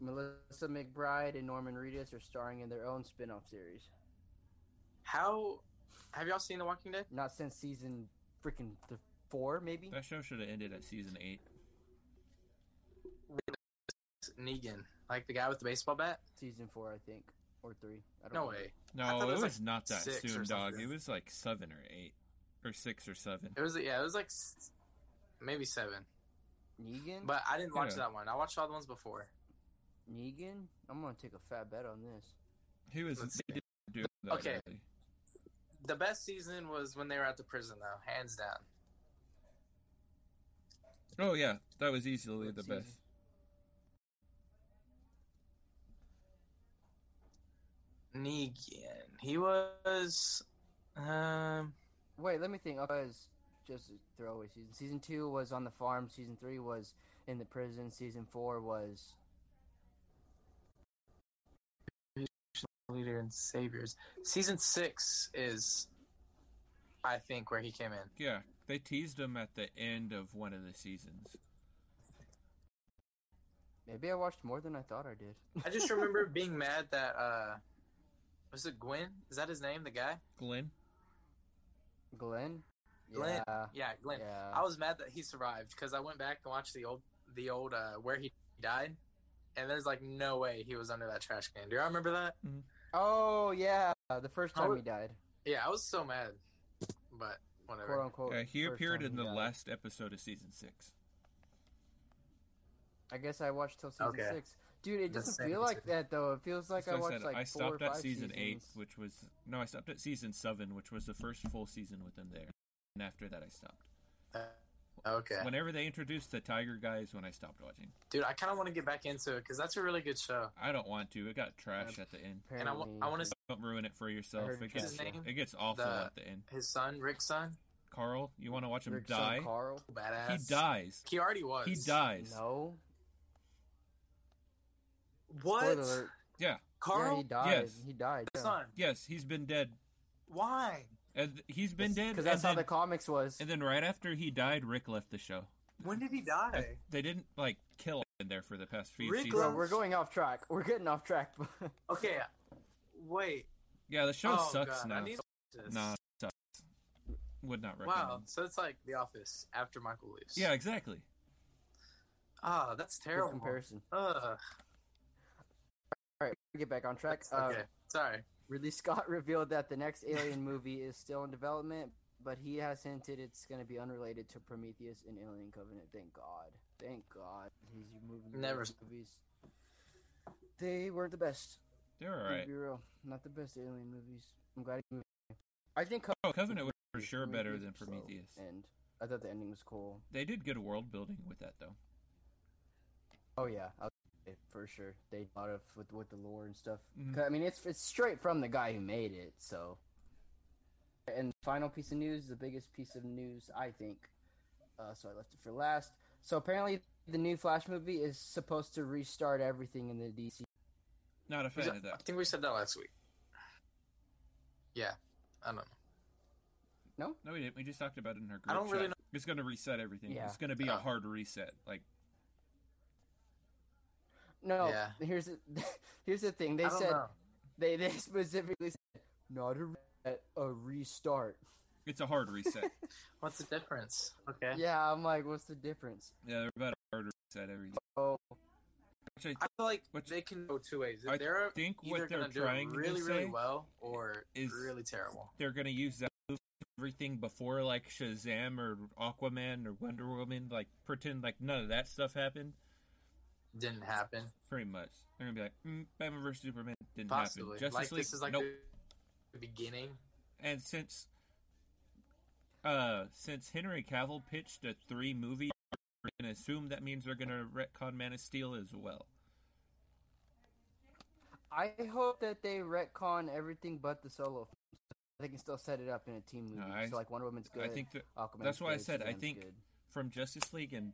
Melissa McBride and Norman Reedus are starring in their own spin off series.
how have y'all seen The Walking Dead?
Not since season freaking th- four, maybe?
That show should have ended at season eight.
Negan, like the guy with the baseball bat?
Season four, I think, or three. I don't
No
know.
way.
No,
thought
it
it
was,
was, like,
not that
six
soon,
or
dog.
something.
It was like seven or eight, or six or seven.
It was yeah, it was like s- maybe seven,
Negan?
but I didn't watch
Yeah.
that one. I watched all the ones before.
Negan? I'm going to take a fat bet on this.
He was
Let's
they
see.
didn't do that
Okay.
early.
The best season was when they were at the prison, though, hands down.
Oh yeah, that was easily
What
the
season?
best.
Negan, he was, um,
Wait, let me think. I was just a throwaway season. Season two was on the farm. Season three was in the prison. Season four was
leader and saviors. Season six is, I think, where he came in.
Yeah, they teased him at the end of one of the seasons.
Maybe I watched more than I thought I did.
I just remember being mad that uh was it Gwen? Is that his name, the guy?
Glenn.
Glenn.
Glenn.
Yeah.
Yeah, Glenn.
yeah.
I was mad that he survived because I went back and watched the old the old uh where he died and there's like no way he was under that trash can. Do y'all remember that?
Oh yeah, the first
I
time
was-
he died,
Yeah, I was so mad. But
quote
whatever.
unquote.
Uh, he
Oh, first
appeared
time he
in the
died.
last episode of season six.
I guess I watched till season
Okay.
six, dude. It
The
doesn't
second
feel like
season.
that though. It feels like I
That's what
watched
said.
like
I
four or
stopped
five
at season eight,
seasons.
which was no, I stopped at season seven, which was the first full season with them there. And after that, I stopped.
Uh, okay.
Whenever they introduced the tiger guys, when I stopped watching,
Dude, I kind of want to get back into it because that's a really good show.
I don't want to. It got trash at the end.
And I, wa-
Apparently
I want to
he-
see
Don't ruin it for yourself.
heard trash.
It gets,
What's his name?
it gets awful
The-
at the end.
his son, Rick's son.
Carl, you want to watch him
Rick's son
die?
Carl.
Badass.
He dies.
He already was.
He dies.
No.
What?
Spoiler alert.
Yeah.
Carl?
Yeah, he died.
Yes.
He died.
His
yeah.
son.
Yes, he's been dead,
Why?
and he's been dead.
Because that's
and
how
then-
the comics was.
And then right after he died, Rick left the show.
When did he die?
They didn't like kill him in there for the past few
Rick
seasons.
Bro,
left-
we're going off track. We're getting off track. [LAUGHS]
Okay, wait.
Yeah, the show
oh,
sucks
God.
now.
I need to watch this.
Nah, it sucks. Would not recommend.
Wow, so it's like The Office after Michael leaves.
Yeah, exactly.
Ah, that's
Good
terrible.
comparison.
Ugh.
All right, we get back on track. Uh,
Okay, sorry.
Ridley Scott [LAUGHS] revealed that the next
[LAUGHS]
Alien movie is still in development, but he has hinted it's going to be unrelated to Prometheus and Alien Covenant. Thank God. Thank God. These movie
Never
these
s-
movies. They weren't the best.
They're
All right.
alright.
Be real. Not the best Alien movies. I'm glad. He I think
Oh, Covenant was for
Prometheus-
sure better than
was slow,
Prometheus.
And I thought the ending was cool.
They did good world building with that though.
Oh yeah, I'll, it- for sure. They thought of with with the lore and stuff.
Mhm.
'Cause, I mean, it's it's straight from the guy who made it. So, and final piece of news, the biggest piece of news I think. Uh, so I left it for last. So apparently, the new Flash movie is supposed to restart everything in the DC.
Not a
I
fan of that.
think we said that last week. Yeah, I don't know.
No, we didn't. We just talked about it in our group.
I don't really
chat. It's going to reset everything.
Yeah.
It's going to be a
Oh.
hard reset. Like
No,
Yeah.
here's the, [LAUGHS] here's the thing. They
I don't
said
know.
they [LAUGHS] they specifically said not a, re- a restart.
it's a hard
[LAUGHS]
reset.
What's the difference? Okay.
Yeah, I'm like, what's the difference?
yeah, they're about a hard reset everything.
Oh,
Which I
I feel like
Which-
they can go two ways.
I
They're
think
either
what they're
going to do
trying
it really,
to
really
say
well or
is-
really terrible.
they're gonna use that move to everything before like Shazam or Aquaman or Wonder Woman, like pretend like none of that stuff happened.
Didn't happen.
Pretty much, they're gonna be like mm, Batman vs Superman didn't
Possibly.
happen. Justice
like
League,
this is like
nope.
the beginning.
And since, uh, since Henry Cavill pitched a three movie, we're gonna assume that means they're gonna retcon Man of Steel as well.
I hope that they retcon everything but the solo. films. They can still set it up in a team movie.
No, I-
so like Wonder Woman's good.
I think that
Aquaman's
that's why I
good,
said I
Shazam's
think
good.
from Justice League and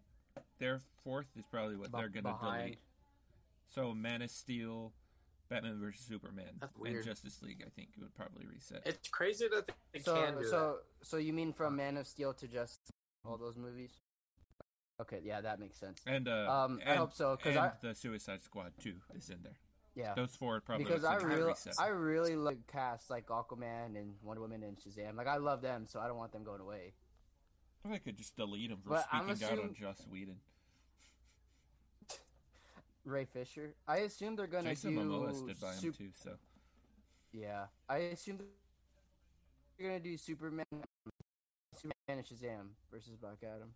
their fourth is probably what
Be-
they're gonna
behind.
delete. So Man of Steel, Batman versus Superman,
That's
and
weird.
Justice League, I think it would probably reset.
It's crazy that they- they can
So
do
so so you mean
Uh,
from Man of Steel to just all those movies? Okay, yeah, that makes sense.
and uh,
Um,
and,
I hope so because
and
I
the Suicide Squad too is in there.
yeah
Those four are probably
because I
what's gonna
really
reset.
I really love cast like Aquaman and Wonder Woman and Shazam. Like I love them, so I don't want them going away.
If I could just delete him for
But I'm
speaking out on
assume-
Joss Whedon.
Ray Fisher. I assume they're gonna
Jason
do
Momoa stood by him
Sup-
too, so
Yeah, I assume they're gonna do Superman, Superman and Shazam versus Black Adam.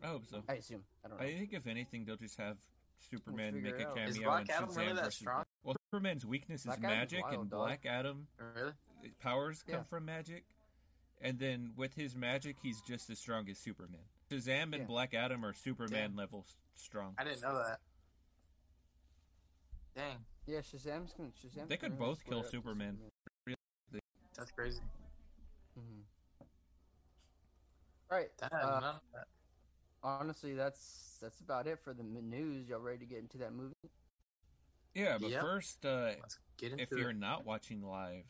I hope so.
I assume. I don't know.
I think if anything, they'll just have Superman
figure
make a
it out.
cameo.
Is
Black
and
Adam
Shazam
really that
versus-
strong?
Well, Superman's weakness is
Black Adam's
magic,
wild,
and
dog.
Black Adam
it. Really?
his powers come
Yeah.
from magic, and then with his magic, he's just as strong as Superman. Shazam and
Yeah.
Black Adam are Superman
Damn.
level s- strong.
I didn't know that. Dang,
yeah, Shazam's gonna Shazam.
They could both kill Superman.
that's crazy.
Mm-hmm. All right.
Damn,
Uh,
none of that.
honestly, that's that's about it for the m- news. Y'all ready to get into that movie?
Yeah, but
Yep.
first, uh,
Let's get into
if you're
it.
not watching live,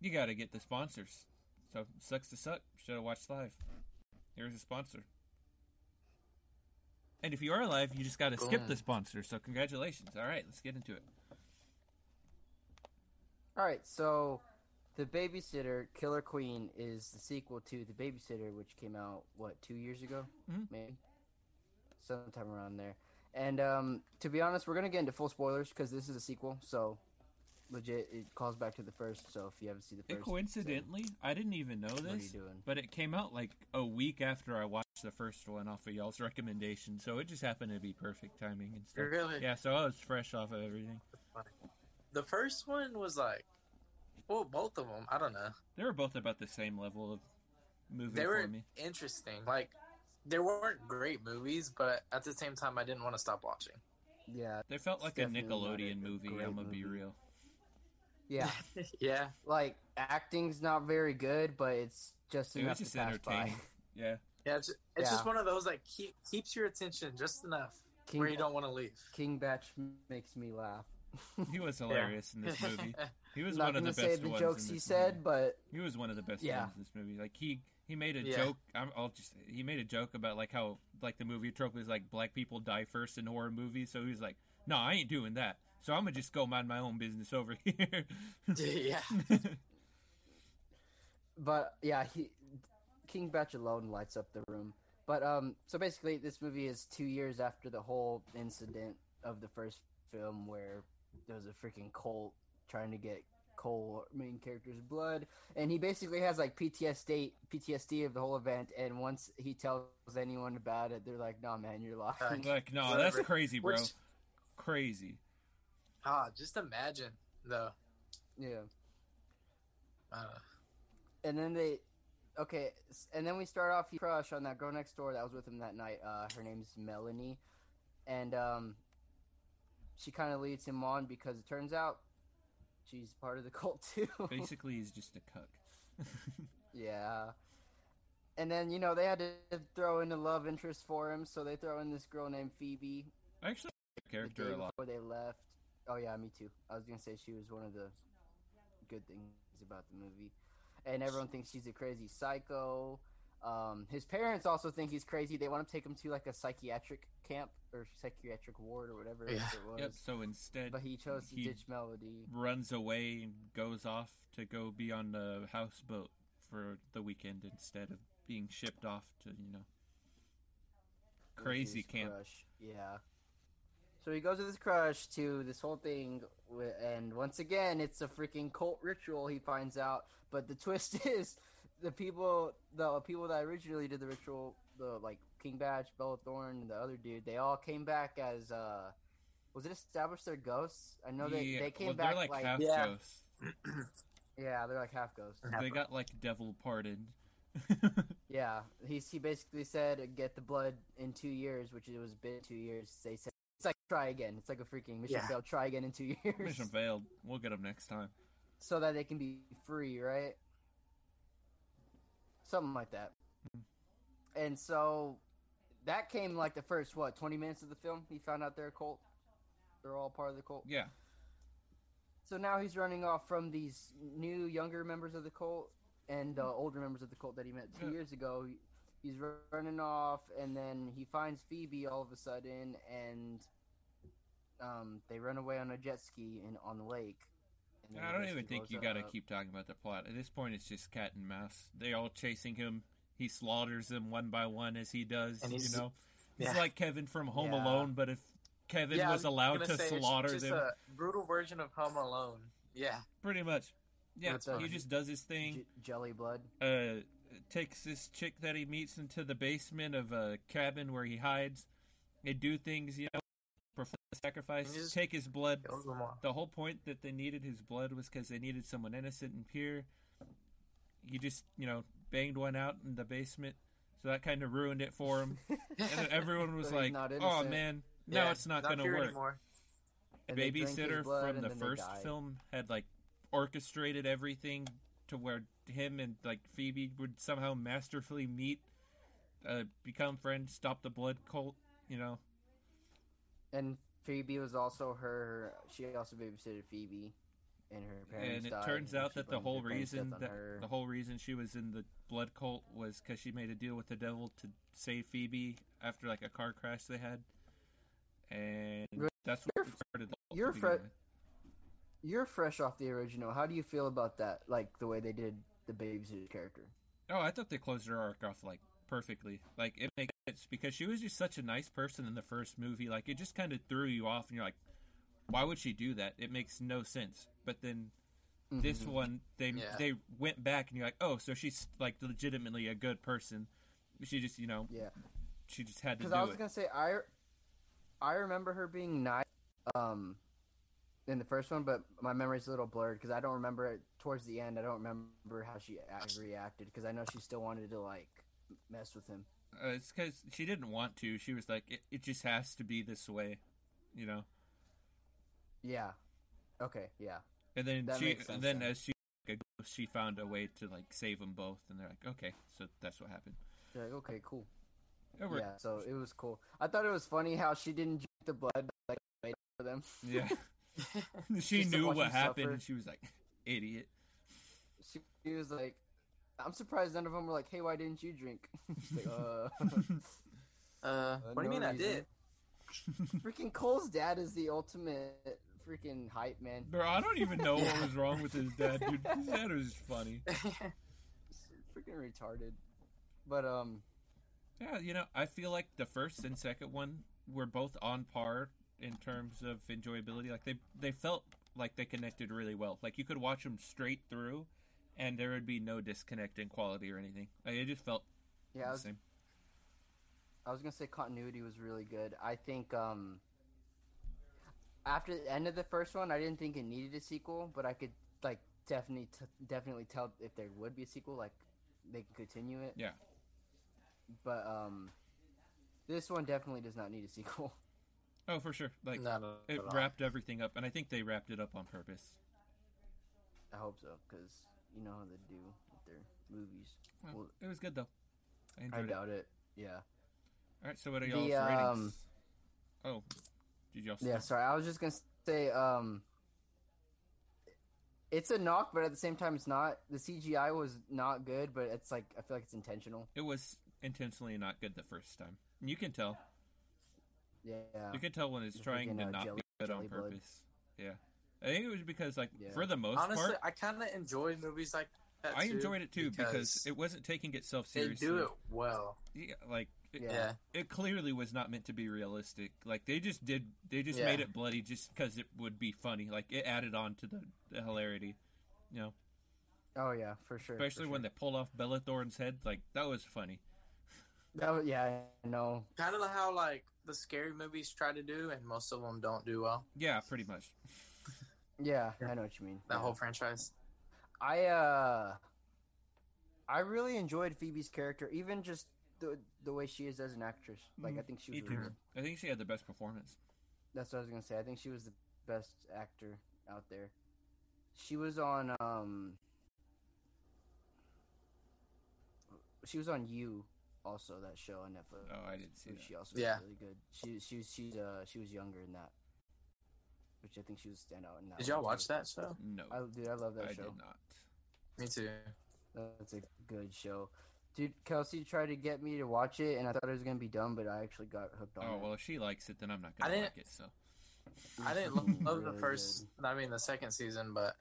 you got to get the sponsors. So sucks to suck. Should have watched live. Here's a sponsor. And if you are alive, you just got to skip the
Boom.
sponsor. So congratulations. All right, let's get into it.
All right, so the babysitter Killer Queen is the sequel to the Babysitter, which came out what two years ago,
Mhm.
maybe sometime around there. And um, to be honest, we're gonna get into full spoilers because this is a sequel, so legit it calls back to the first. So if you haven't seen the
And
first,
coincidentally, I didn't even know
what are you
this,
doing?
but it came out like a week after I watched the first one off of y'all's recommendation. So it just happened to be perfect timing and stuff.
Really?
Yeah, so I was fresh off of everything.
The first one was like, well, both of them. I don't know.
They were both about the same level of movie
They were
for me.
interesting. Like, they weren't great movies, but at the same time, I didn't want to stop watching.
yeah,
They felt like a
definitely not a
Nickelodeon movie.
great
I'm gonna be
movie.
real. [LAUGHS]
yeah,
yeah,
like acting's not very good, but it's just
It
enough
was just
to pass by.
entertaining. Yeah, [LAUGHS]
yeah. It's, it's
Yeah.
just one of those like keep, keeps your attention just enough
[LAUGHS] King,
where you don't want to leave.
King Batch makes me laugh.
he was hilarious in
[LAUGHS]
this
[LAUGHS]
movie. He was
not
one of
gonna
the
say
best
the
ones
jokes
in
he
this
said,
movie.
but
He was one of the best
Yeah.
ones in this movie. Like he he made a
Yeah.
joke. I'm, I'll just he made a joke about like how like the movie trope is like black people die first in horror movies. So he was like, no, I ain't doing that. So I'm gonna just go mind my own business over [LAUGHS] here. [LAUGHS]
yeah,
but yeah, he, King Batch alone lights up the room. But um, so basically, this movie is two years after the whole incident of the first film, where there was a freaking cult trying to get Cole main character's blood, and he basically has like PTSD PTSD of the whole event. And once he tells anyone about it, they're like, "Nah, man, you're lying."
Uh,
like no,
Whatever.
that's crazy, bro.
Which-
Crazy.
ah, just imagine though.
[LAUGHS] yeah.
Uh,
and then they okay s- and then we start off he crush on that girl next door that was with him that night uh her name's melanie and um she kind of leads him on because it turns out she's part of the [LAUGHS] cult too
Basically, he's just a cuck.
[LAUGHS]
[LAUGHS]
yeah and then you know they had to throw in a love interest for him so they throw in this girl named phoebe
I actually like her
the
character
day
a lot.
before they left. Oh yeah, me too. I was gonna say she was one of the good things about the movie, and everyone thinks she's a crazy psycho. Um, his parents also think he's crazy. They want to take him to like a psychiatric camp or psychiatric ward or whatever
Yeah.
it was.
Yep. So instead,
But he chose to
He-
ditch Melody.
runs away and goes off to go be on the houseboat for the weekend instead of being shipped off to you know
with
crazy
his
camp.
Crush. Yeah. So he goes with his crush to this whole thing, wi- and once again, it's a freaking cult ritual. He finds out, but the [LAUGHS] twist is the people, the people that originally did the ritual, the like King Batch, Bella Thorne, and the other dude, they all came back as uh, was it established they're ghosts? I know they
Yeah,
they came
well,
back
They're
like,
like, half
Yeah.
ghosts.
yeah, they're like half ghosts.
They got like devil pardoned.
Yeah, he he basically said get the blood in two years, which it was been two years. They said it's like try again. It's like a freaking mission
Yeah.
failed. Try again in two [LAUGHS] years,
Mission failed. We'll get them next time.
so that they can be free, right? Something like that. And so that came like the first what twenty minutes of the film. He found out they're a cult. They're all part of the cult.
Yeah,
So now he's running off from these new younger members of the cult and the older members of the cult that he met two
Yeah.
years ago. He- He's running off, and then he finds Phoebe all of a sudden, and um, they run away on a jet ski and on the lake. and then
I
the
don't
jet
even
ski
think
blows
you got to
up.
keep talking about the plot. At this point, it's just cat and mouse. They all chasing him. He slaughters them one by one as he does.
And he's-
you know,
yeah.
it's like Kevin from Home
Yeah.
Alone, but if Kevin
yeah, I
was allowed
gonna
to
say, it's
slaughter
just
them,
a brutal version of Home Alone. Yeah,
pretty much. Yeah,
That's
he
fine.
just does his thing.
J- jelly blood.
uh, takes this chick that he meets into the basement of a cabin where he hides. They do things, you know, perform the sacrifice,
He just
take his blood.
kills them all.
The whole point that they needed his blood was because they needed someone innocent and pure. He just, you know, banged one out in the basement, so that kind of ruined it for him.
[LAUGHS]
and then everyone was
So he's
like,
not
"Oh
innocent."
man, no,
Yeah,
it's not, gonna
pure
work."
anymore.
And they drink his
babysitter
blood,
from
and
the
then they
first
die.
film had like orchestrated everything to where him and like Phoebe would somehow masterfully meet, uh, become friends, stop the blood cult. You know,
And Phoebe was also her. She also babysitted Phoebe, and her parents
and it
died,
turns
and
out
she
that the
blamed her
whole
parents' death
reason
on
that
her.
the whole reason she was in the blood cult was because she made a deal with the devil to save Phoebe after like a car crash they had, and
Re-
that's what
you're
it started. the cult to
you're
begin
fre-
with.
You're fresh off the original. How do you feel about that? Like the way they did the babysitter character.
Oh, I thought they closed her arc off like perfectly. Like it makes sense because she was just such a nice person in the first movie. Like it just kind of threw you off, and you're like, why would she do that? It makes no sense. But then this
Mhm.
one they
Yeah.
they went back and you're like oh so she's like legitimately a good person she just you know
Yeah.
she just had to
Because
do
I was
it
gonna say I, I remember her being nice, um, in the first one, but my memory's a little blurred because I don't remember it towards the end. I don't remember how she a- reacted because I know she still wanted to like mess with him.
uh, it's because she didn't want to she was like it, it just has to be this way you know
Yeah. Okay. Yeah.
and then
That
she
makes sense
and then
then.
as she she found a way to like save them both and they're like okay so that's what happened
She's like, okay, cool.
It worked.
Yeah. So it was cool. I thought it was funny how she didn't drink the blood like wait for them.
yeah, [LAUGHS] she
Just to
knew
watch
what
him
happened
suffer.
and she was like idiot
She, she was like, I'm surprised none of them were like, hey, why didn't you drink? [LAUGHS] It's like,
Uh,
uh, Uh,
what do you
no
mean I
reason.
did?
freaking Cole's dad is the ultimate freaking hype man.
[LAUGHS] bro i don't even know what was wrong with his dad dude his dad was funny
It's freaking retarded. But um,
Yeah, you know, I feel like the first and second one were both on par in terms of enjoyability. Like they they felt like they connected really well. Like you could watch them straight through, and there would be no disconnect in quality or anything. Like, it just felt
yeah, I
the
was,
same.
I was gonna say continuity was really good. I think um, after the end of the first one, I didn't think it needed a sequel, but I could like definitely t- definitely tell if there would be a sequel, like they could continue it.
Yeah.
But um, this one definitely does not need a sequel.
Oh, for sure. Like
Not at
it
all.
wrapped everything up, and I think they wrapped it up on purpose.
I hope so, because you know how they do with their movies.
Well,
Well,
it was good though. I
I
enjoyed it.
doubt it. Yeah.
All right, so what are y'all's
The, um,
ratings? Oh, did y'all?
Yeah,
stop?
sorry. I was just gonna say, um, it's a knock, but at the same time, it's not. The CGI was not good, but it's like I feel like it's intentional.
It was intentionally not good the first time. You can tell.
Yeah,
You can tell when it's
Just
trying
freaking,
to
uh,
not
jelly-
be good on
jelly blood.
purpose. Yeah, I think it was because like
Yeah.
for the most
Honestly,
part,
I kind of enjoy movies like that.
I enjoyed it too because, it wasn't taking itself
they
seriously.
do it well.
Yeah, like it,
Yeah.
yeah.
it clearly was not meant to be realistic. Like they just did, they just
Yeah.
made it bloody just because it would be funny. Like it added on to the, the hilarity. You know,
Oh yeah, for sure. for
especially when they
sure.
pull off Bellathorn's head. Like that was funny.
that was, yeah, I know.
kind of how like the scary movies try to do, and most of them don't do well.
Yeah, pretty much.
Yeah, I know what you mean.
That
yeah.
whole franchise.
I uh, I really enjoyed Phoebe's character, even just the the way she is as an actress. Like I think she was.
Mm-hmm. Me
really
too.
good.
I think she had the best performance.
That's what I was gonna say. I think she was the best actor out there. She was on um she was on You also that show on Netflix.
Oh, I didn't see
which
that.
She also
Yeah.
was really good. She she was she's uh she was younger in that. Which I think she was standout in that.
Did y'all
one,
watch
too.
that show?
No,
I dude, I love that
I did
show.
not.
Me too.
That's a good show. Dude, Kelsey tried to get me to watch it and I thought it was gonna be dumb, but I actually got hooked on
Oh
it.
well, if she likes it, then I'm not
I
gonna
didn't-
like it. So
It was
I didn't lo-
freaking
love the
really good.
first. I mean, the second season, but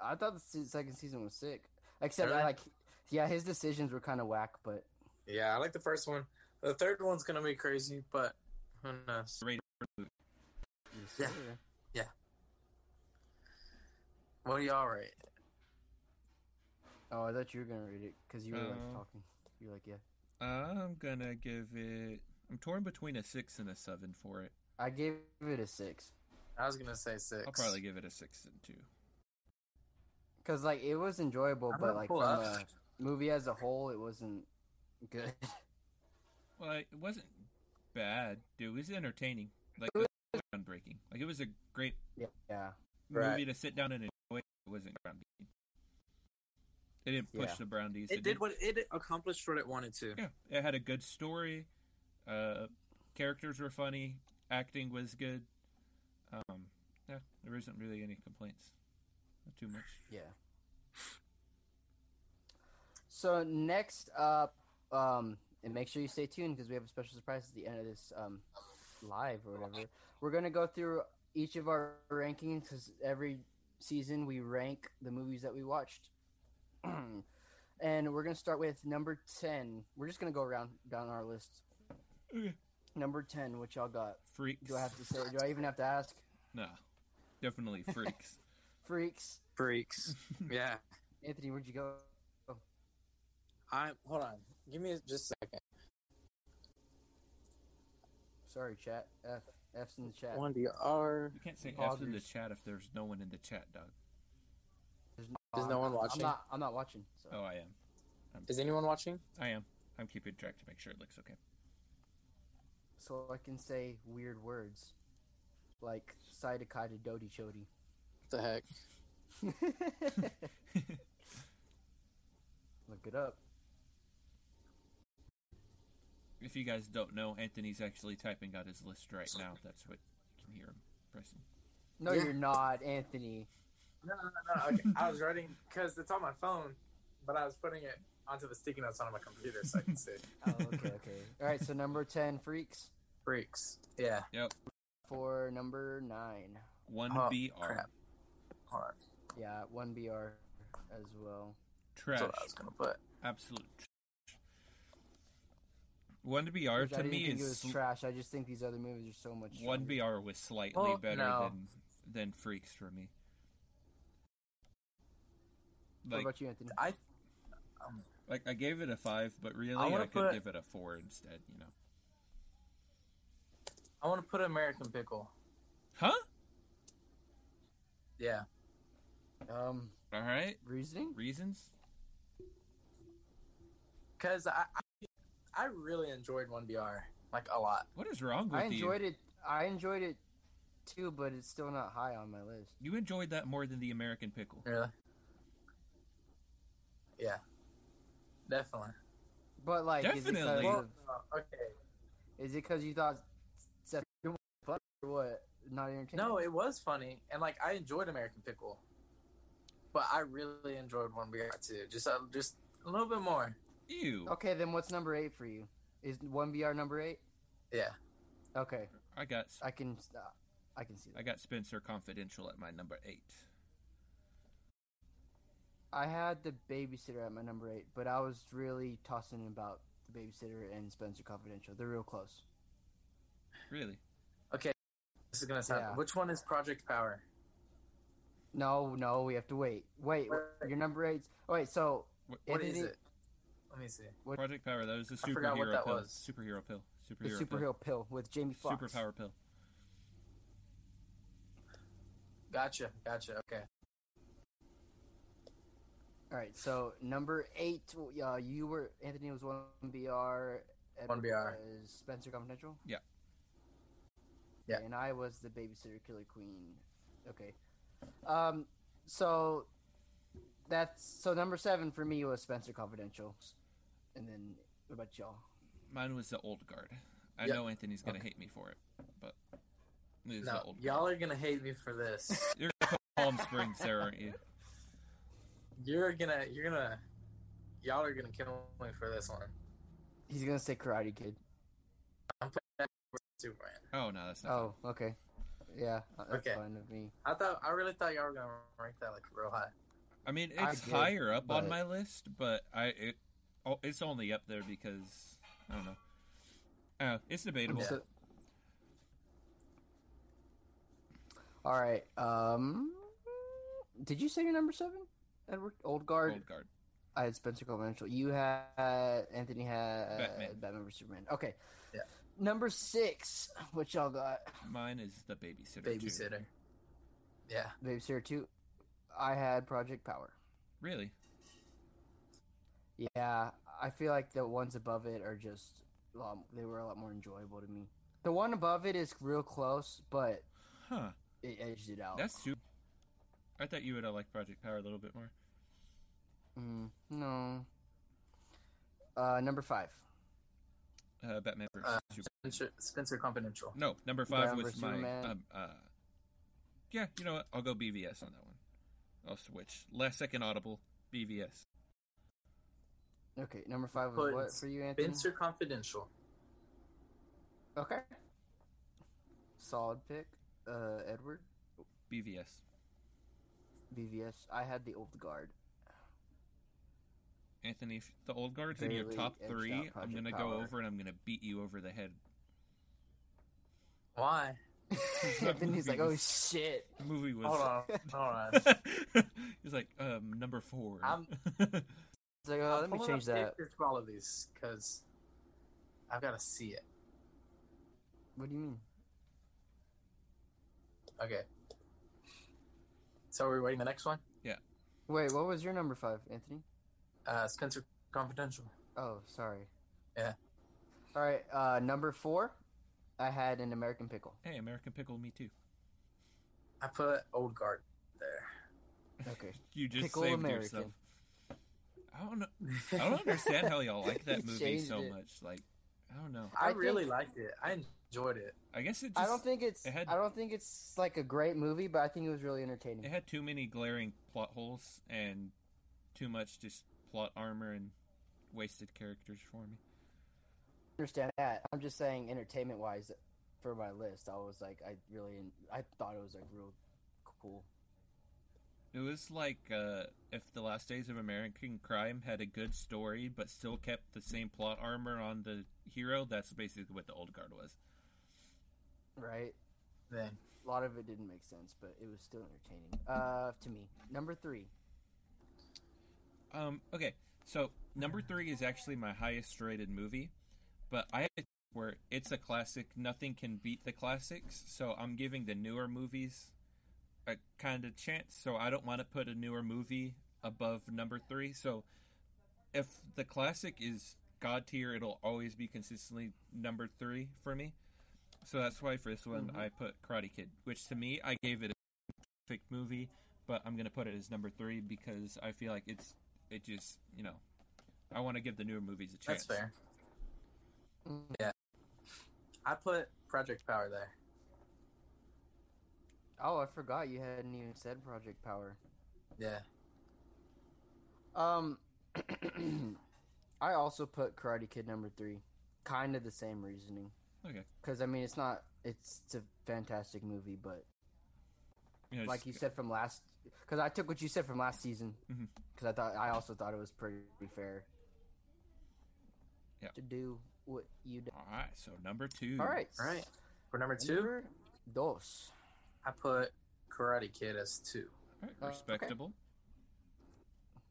I thought the se- second season was sick. Except
Really?
I like, yeah, his decisions were kind of whack, but
yeah, I like the first one. The third one's gonna be crazy, but who knows? Yeah.
sure.
What do y'all rate?
Oh, I thought you were gonna read it because you were like
Uh,
talking. You're like, yeah,
I'm gonna give it. I'm torn between a six and a seven for it.
I gave it a six
I was gonna say 6
I'll probably give it a six and two.
because like it was enjoyable,
I'm
but
gonna
like
pull
from
up.
a movie as a whole, it wasn't good. [LAUGHS]
Well, it wasn't bad, dude. It was entertaining. Like
It
it was groundbreaking. Like it was a great
yeah, yeah,
Right.
movie to sit down and enjoy. It wasn't groundbreaking. It didn't push
Yeah.
the brownies.
It did what it accomplished what it wanted to.
Yeah, it had a good story. Uh, characters were funny. Acting was good. Um, yeah, there isn't really any complaints. Not too much.
Yeah. So next up, um, and make sure you stay tuned because we have a special surprise at the end of this um, live or whatever. We're gonna go through each of our rankings because every season we rank the movies that we watched, [CLEARS THROAT] and we're gonna start with number ten. We're just gonna go around down our list.
Okay.
Number ten, which y'all got?
Freaks.
Do I have to say? Do I even have to ask?
No. Definitely freaks.
Freaks.
[LAUGHS]
Freaks. yeah.
Anthony, where'd you go?
I'm hold on. Give me just a second.
Sorry, chat. F F's in the chat.
One D R.
you can't say F
Poggers.
in the chat if there's no one in the chat, dog.
There's
There's no one watching?
I'm not. I'm not watching. So.
Oh, I am.
Is anyone watching?
I am. I'm keeping track to make sure it looks okay.
so I can say weird words like Saidaka to Dodi
[LAUGHS]
Chody. [LAUGHS]
What the heck?
Look it up.
If you guys don't know, Anthony's actually typing out his list right now. That's what you can hear him pressing.
No,
Yeah.
you're not,
[LAUGHS]
Anthony.
No, no, no. Okay. I was writing because it's on my phone, but I was putting it onto the sticky notes on my computer so I can see.
Oh, okay, okay. All right, so number 10, Freaks,
[LAUGHS] Freaks. Yeah.
for number 9.
One
Oh,
BR
crap. Hold on.
Yeah, 1BR as well.
trash,
That's what I was gonna put.
absolute. Trash. One BR
Which I
to
didn't
me
think
is
it was
sl-
trash. I just think these other movies are so much
one
stronger.
BR was slightly
Well,
better
no.
than than freaks for me.
What
Like,
about you, Anthony?
I
like I gave it a five, but really I,
wanna
could
put-
give it a four instead. You know?
I want to put American Pickle.
Huh?
Yeah.
Um,
All right.
reasoning?
Reasons?
Cause I I, I really enjoyed One BR like a lot.
What is wrong with
I enjoyed it. I enjoyed it too, but it's still not high on my list.
you? You enjoyed that more than the American pickle.
Really. Yeah. Definitely.
But like, is it
Definitely.
because
Well,
of-
uh, okay.
Is it because you thought Seth Rogen was funny or what? Not entertaining?
No, it was funny, and like I enjoyed American Pickle, but I really enjoyed One BR too. Just uh, just a little bit more.
Ew.
Okay, then what's number eight for you? Is one BR number eight?
Yeah.
Okay,
I got
I can stop. I can see
I
that.
got Spencer Confidential at my number eight.
I had the babysitter at my number eight, but I was really tossing about the babysitter and Spencer Confidential. They're real close.
Really?
This is gonna sound.
Yeah.
Which one is Project Power?
No, no, we have to wait. Wait,
Wait.
your number eight's. Oh, wait, so
What-
What is
Anthony-
it? Let me see.
What-
Project Power. That was a
I forgot what
superhero
that
pill.
was.
Superhero pill.
The
Superhero,
superhero pill with Jamie
pill.
Foxx.
Superpower pill.
Gotcha. Gotcha. Okay.
All right, so number eight, uh, you were Anthony was one BR, Edward
1BR.
was Spencer Confidential.
Yeah.
Yeah.
and I was the babysitter killer queen. Okay, um, so that's so number seven for me was Spencer Confidential, and then what about y'all?
Mine was the old guard. I
Yeah.
know Anthony's gonna hate me for it, but it is the
No,
old guard.
y'all are gonna hate me for [LAUGHS] this.
You're gonna put Palm Springs there, aren't you?
you're gonna. You're gonna. Y'all are gonna kill me for this one.
He's gonna say Karate Kid.
I'm putting that over Superman.
Oh no, that's not.
Oh, okay, yeah, that's
Okay.
fine with me.
I thought. I really thought y'all were gonna rank that like real high.
I mean,
I
it's
did,
higher up on
but-
my list, but I it, oh, it's only up there because I don't know. Uh, it's debatable.
So- all right. Um, did you say your number seven, Edward? Old guard.
Old guard.
I had Spencer Confidential. You had Anthony had
Batman.
Batman vs Superman. Okay.
Yeah.
Number six, which y'all got?
Mine is the babysitter. too.
Babysitter. Yeah.
Babysitter two. I had Project Power.
Really?
Yeah, I feel like the ones above it are just a lot, they were a lot more enjoyable to me. The one above it is real close, but
Huh.
it edged
Oh,
it out.
That's too. I thought you would have liked Project Power a little bit more.
Mm, no. Uh, number five.
Uh, Batman versus
Uh,
Super-
Spencer, Spencer Confidential.
No, number five
Batman
was
versus
my.
Superman.
Um, uh, yeah, you know what? I'll go BVS on that one. I'll switch. Last second audible, BVS.
Okay, number five was
But
what
it's
for you, Anthony?
Vincer Confidential.
Okay. Solid pick, uh, Edward.
BVS.
BVS. I had the old
[LAUGHS]
guard.
Anthony, if the old guard's in your
Bailey,
top
Edge Out,
three, I'm
Project
gonna go
Power.
over and I'm gonna beat you over the head.
Why?
then he's like, "Oh shit!"
The movie was. [LAUGHS]
Hold on. Hold
[LAUGHS]
on.
Oh,
He's like, um, number 4
I'm-
He's like, "Oh,
I'm
let me
pulling
change
up
that."
pictures for all of these because I've got to see it.
What do you mean?
Okay. So are we waiting the next one?
Wait, what was your number five, Anthony?
Uh, Spencer Confidential.
Oh, sorry.
Yeah.
All right, uh, number four. I had an American pickle.
[LAUGHS] hey, American Pickle, me too.
I put Old Guard there.
Okay.
You just
Pickle
saved
American.
yourself. I don't know. [LAUGHS] I don't understand how
[LAUGHS]
y'all like
He
that movie
changed
so
it.
much. Like, I don't know.
I,
I
really
think-
liked it. I enjoyed it.
I guess it just
I don't think it's.
it had-
I don't think it's like a great movie, but I think it was really entertaining.
it had too many glaring plot holes and too much just plot armor and wasted characters for me.
understand that. I'm just saying, entertainment wise, for my list, I was like, I really, I thought it was like real cool.
It was like uh, if the last days of American Crime had a good story but still kept the same plot armor on the hero. That's basically what the old guard was.
Right?
Then
A lot of it didn't make sense, but it was still entertaining. Uh, to me, number three.
Um, okay, so number three is actually my highest rated movie, but I had a- where it's a classic. Nothing can beat the classics, so I'm giving the newer movies a kind of chance. So I don't want to put a newer movie above number three. So if the classic is god tier, it'll always be consistently number three for me. So that's why for this one
Mhm.
I put Karate Kid, which to me I gave it a perfect movie, but I'm gonna put it as number three because I feel like it's it just you know I want to give the newer movies a chance.
that's fair.
Mm.
I put Project Power there.
Oh, I forgot you hadn't even said Project Power.
Yeah.
Um, [CLEARS THROAT] I also put Karate Kid number three. Kind of the same reasoning.
Okay.
Because I mean, it's not. It's, it's a fantastic movie, but
You know,
like
just-
you said from last because i took what you said from last season because
Mhm.
i thought i also thought it was pretty fair
Yeah.
to do what you do
All right, so number two.
all right
All right. For number two,
number dos
I put Karate Kid as two.
All right,
Uh, okay.
respectable.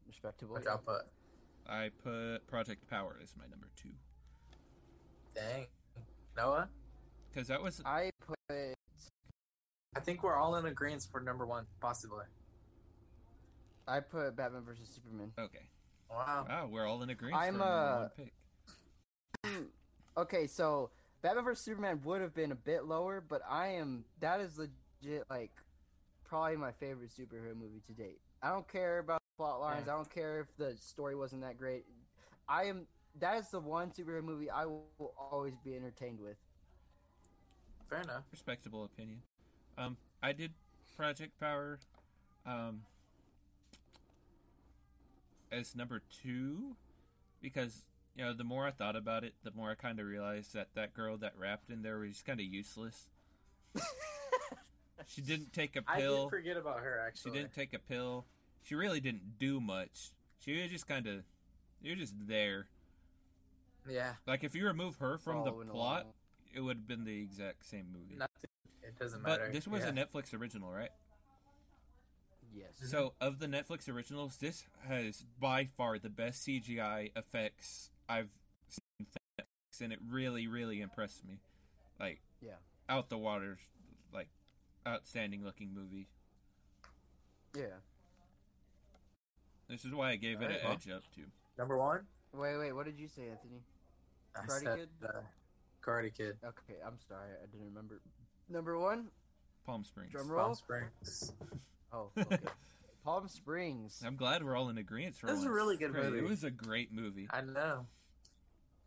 respectable
Which
yeah.
I'll put.
I put Project Power as my number two
Dang. Noah,
because that was
i put
I think we're all in agreement for number one, possibly.
i put batman versus superman
okay.
Wow.
Wow, we're all in agreement.
I'm,
for a number one
uh,
pick.
okay so batman versus superman would have been a bit lower but i am that is legit like probably my favorite superhero movie to date i don't care about plot lines
Yeah.
i don't care if the story wasn't that great i am that is the one superhero movie i will always be entertained with
Fair enough.
Respectable opinion. Um, I did Project Power, um, as number two because you know the more I thought about it, the more I kind of realized that that girl that rapped in there was just kind of useless. She didn't take a
[LAUGHS] I
pill.
did forget about her,
She
actually.
didn't take a pill. She really didn't do much. She was just kind of, you're just there.
Yeah.
Like if you remove her from
Following
the
along.
plot, it would have been the exact same movie.
Nothing. It doesn't matter.
but this was
yeah.
a Netflix original, right?
Mm-hmm.
yes
So of the Netflix originals, this has by far the best CGI effects I've seen, from Netflix, and it really, really impressed me. Like,
Yeah.
out the water, like outstanding looking movie.
yeah
This is why I gave it
Alright,
an
well.
edge up too.
Number one?
wait wait what did you say anthony
I
Karate
said,
Kid?
Uh, Karate Kid.
okay i'm sorry i didn't remember number one
Palm Springs.
drum
Palm
roll
Springs.
oh
[LAUGHS]
okay palm springs
I'm glad we're all in agreement.
This is a really good
It
movie.
was a great movie.
I know.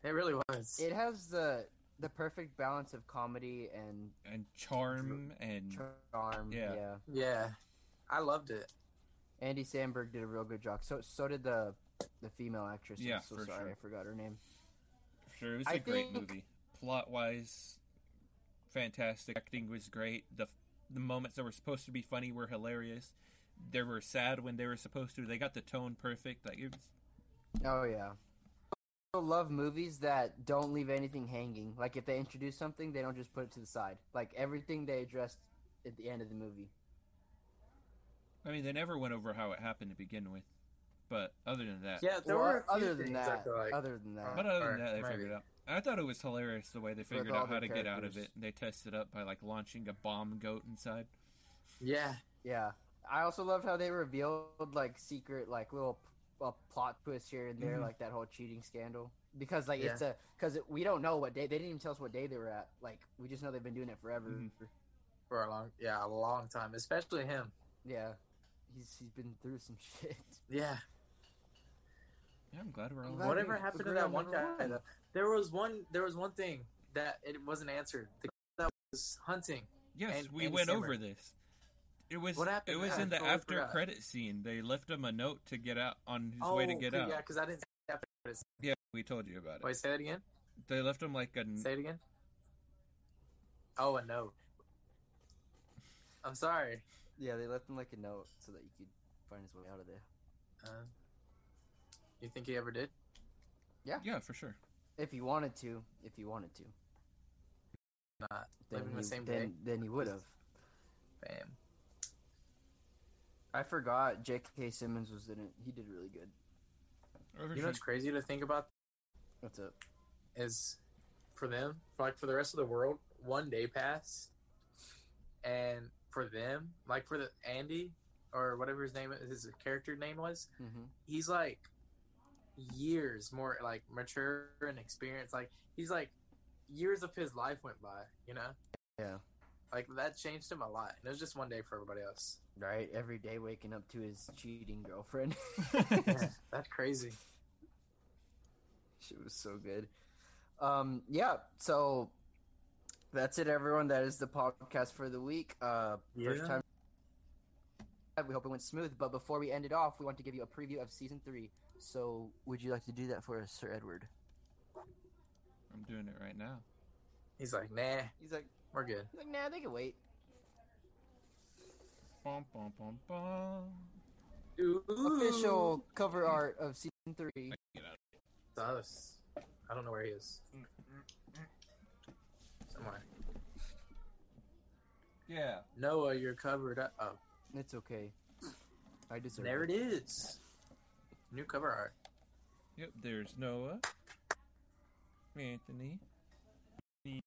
It really was.
it has the the perfect balance of comedy and
And charm and
charm.
Yeah.
Yeah.
yeah. I loved it.
Andy Sandberg did a real good job. So so did the the female actress.
Yeah,
I'm so
for
sorry,
sure.
I forgot her name.
Sure, it was a
I
great
think-
movie. Plot wise, fantastic. Acting was great. The the moments that were supposed to be funny were hilarious. They were sad when they were supposed to. They got the tone perfect. Like it was,
Oh yeah. I also love movies that don't leave anything hanging. Like if they introduce something, they don't just put it to the side. Like everything they addressed at the end of the movie.
I mean, they never went over how it happened to begin with. But other than that,
Yeah, there
Well,
were a few
other than
things I
that,
feel like.
other than that.
but other than
Or
that, they
maybe.
figured it out. I thought it was hilarious the way they figured
all
out how
the
to get out of it.
characters.
They tested up by like launching a bomb goat inside.
yeah,
Yeah, I also loved how they revealed like secret, like little p- uh, plot twists here and there,
Mhm.
like that whole cheating scandal. Because like it's a because we don't know what day they didn't even tell us what day they were at. Like we just know they've been doing it forever.
Mhm.
for a long, yeah, a long time, especially him.
Yeah, he's he's been through some [LAUGHS] shit.
Yeah,
Yeah, I'm glad we're all.
glad
whatever
we
happened to
agree
that
on
one
number
guy?
one.
though? There was one. There was one thing that it wasn't answered. The guy that was hunting.
Yes,
And-
we
and
went
December.
over this. It was
What happened?
it was
I
in the
totally
after
forgot.
credit scene. They left him a note to get out on his way to get
okay,
out.
Yeah,
Yeah.
because I didn't. see that.
we told you about it.
Oh, Wait, say that again.
They left him like a n-
Say it again. Oh, a note. I'm sorry.
Yeah, they left him like a note so that you could find his way out of there.
Uh, you think he ever did?
yeah for sure.
If he wanted to, if he wanted to,
Not.
then
Living
he,
the same
then, then he would have.
Bam.
I forgot J.K. Simmons was in it. He did really good.
Oh,
You know
for sure.
Mm-hmm.
what's crazy to think about
What's up?
is for them, for like for the rest of the world, one day passed, and for them, like for the Andy or whatever his name his character name was,
hmm
he's like years more like mature and experienced. Like he's like years of his life went by, you know.
Yeah.
Like that changed him a lot, and it was just one day for everybody else.
Right, every day waking up to his cheating girlfriend.
[LAUGHS] That's crazy.
Shit was so good. Um, yeah, so that's it, everyone. That is the podcast for the week. Uh, first
Yeah.
time. We hope it went smooth. But before we end it off, we want to give you a preview of season three. So, would you like to do that for us, Sir Edward?
I'm doing it right now.
He's like, nah,
He's like,
we're good.
he's like, nah, they can wait.
Bum, bum, bum, bum.
Official cover art of season three.
Get out.
Sus. I don't know where he is. Somewhere.
Yeah.
Noah, you're covered up. Oh,
It's okay. I deserve
there
it.
it is. New cover art.
Yep. There's Noah, Anthony, me.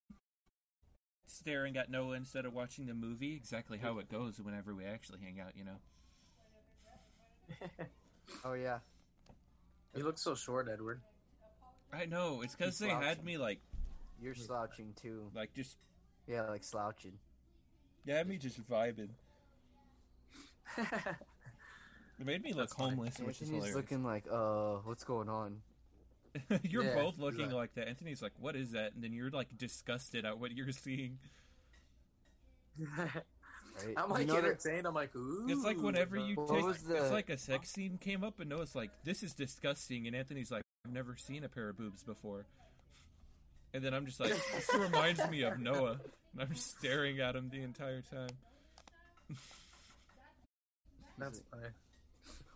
staring at Noah instead of watching the movie. Exactly how it goes whenever we actually hang out. You know.
[LAUGHS]
Oh yeah.
You look so short, Edward. [LAUGHS]
I know. It's because
He's
they had
slouching.
me like
You're slouching too.
like just
Yeah, like slouching.
they had me just vibing. It made me look
That's fine.
homeless, which is
Anthony's
hilarious.
looking like, uh, what's going on?
[LAUGHS] you're
Yeah,
both looking
exactly.
like that. Anthony's like, "What is that?" And then you're like disgusted at what you're seeing.
Right?
I'm like
You know that-
entertained. I'm like, ooh.
It's like whenever you
What
take,
was the-
it's like a sex scene came up, and Noah's like, "This is disgusting," and Anthony's like, "I've never seen a pair of boobs before." And then I'm just like, "This reminds me of Noah," and I'm just staring at him the entire time.
That's funny.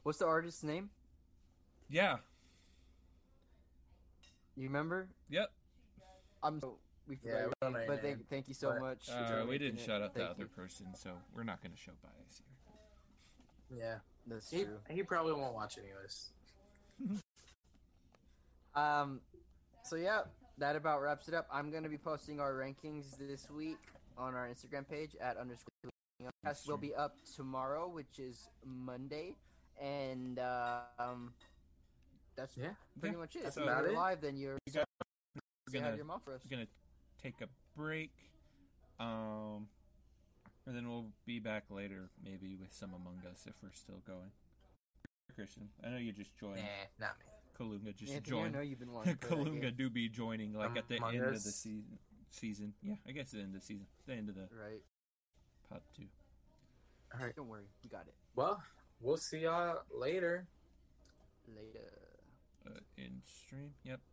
what's the artist's name?
Yeah.
You remember?
Yep.
I'm so we
Yeah, we
forgot.
don't know your
your name, but
name.
thank, thank you so
But-
much.
Uh, we didn't shout out
out
the other person, so we're not going to show bias here.
Yeah.
That's
He,
true.
he probably won't watch anyways.
Um, so yeah, that about wraps it up. I'm gonna be posting our rankings this week on our Instagram page at underscore. Podcast will
sir.
be up tomorrow, which is Monday, and uh, um, that's
Yeah.
pretty
Yeah,
much it.
that's
If
about
you're
it.
live, then you're
You guys-
say
We're
hi to
gonna
your mom for us.
We're gonna take a break, um, and then we'll be back later, maybe with some Among Us if we're still going. Christian, I know you just joined.
Nah, not me.
Kalunga just
Anthony, I
[LAUGHS]
know
joined.
you've been wanting to play that
Kalunga
game,
do be joining, like at the
Among
end of
Us.
the season. Season, yeah, I guess the end of the season, the end of the
right?
pod two.
All right.
Don't worry, we got it.
Well,
We'll see y'all later.
Later.
Uh, in stream. Yep.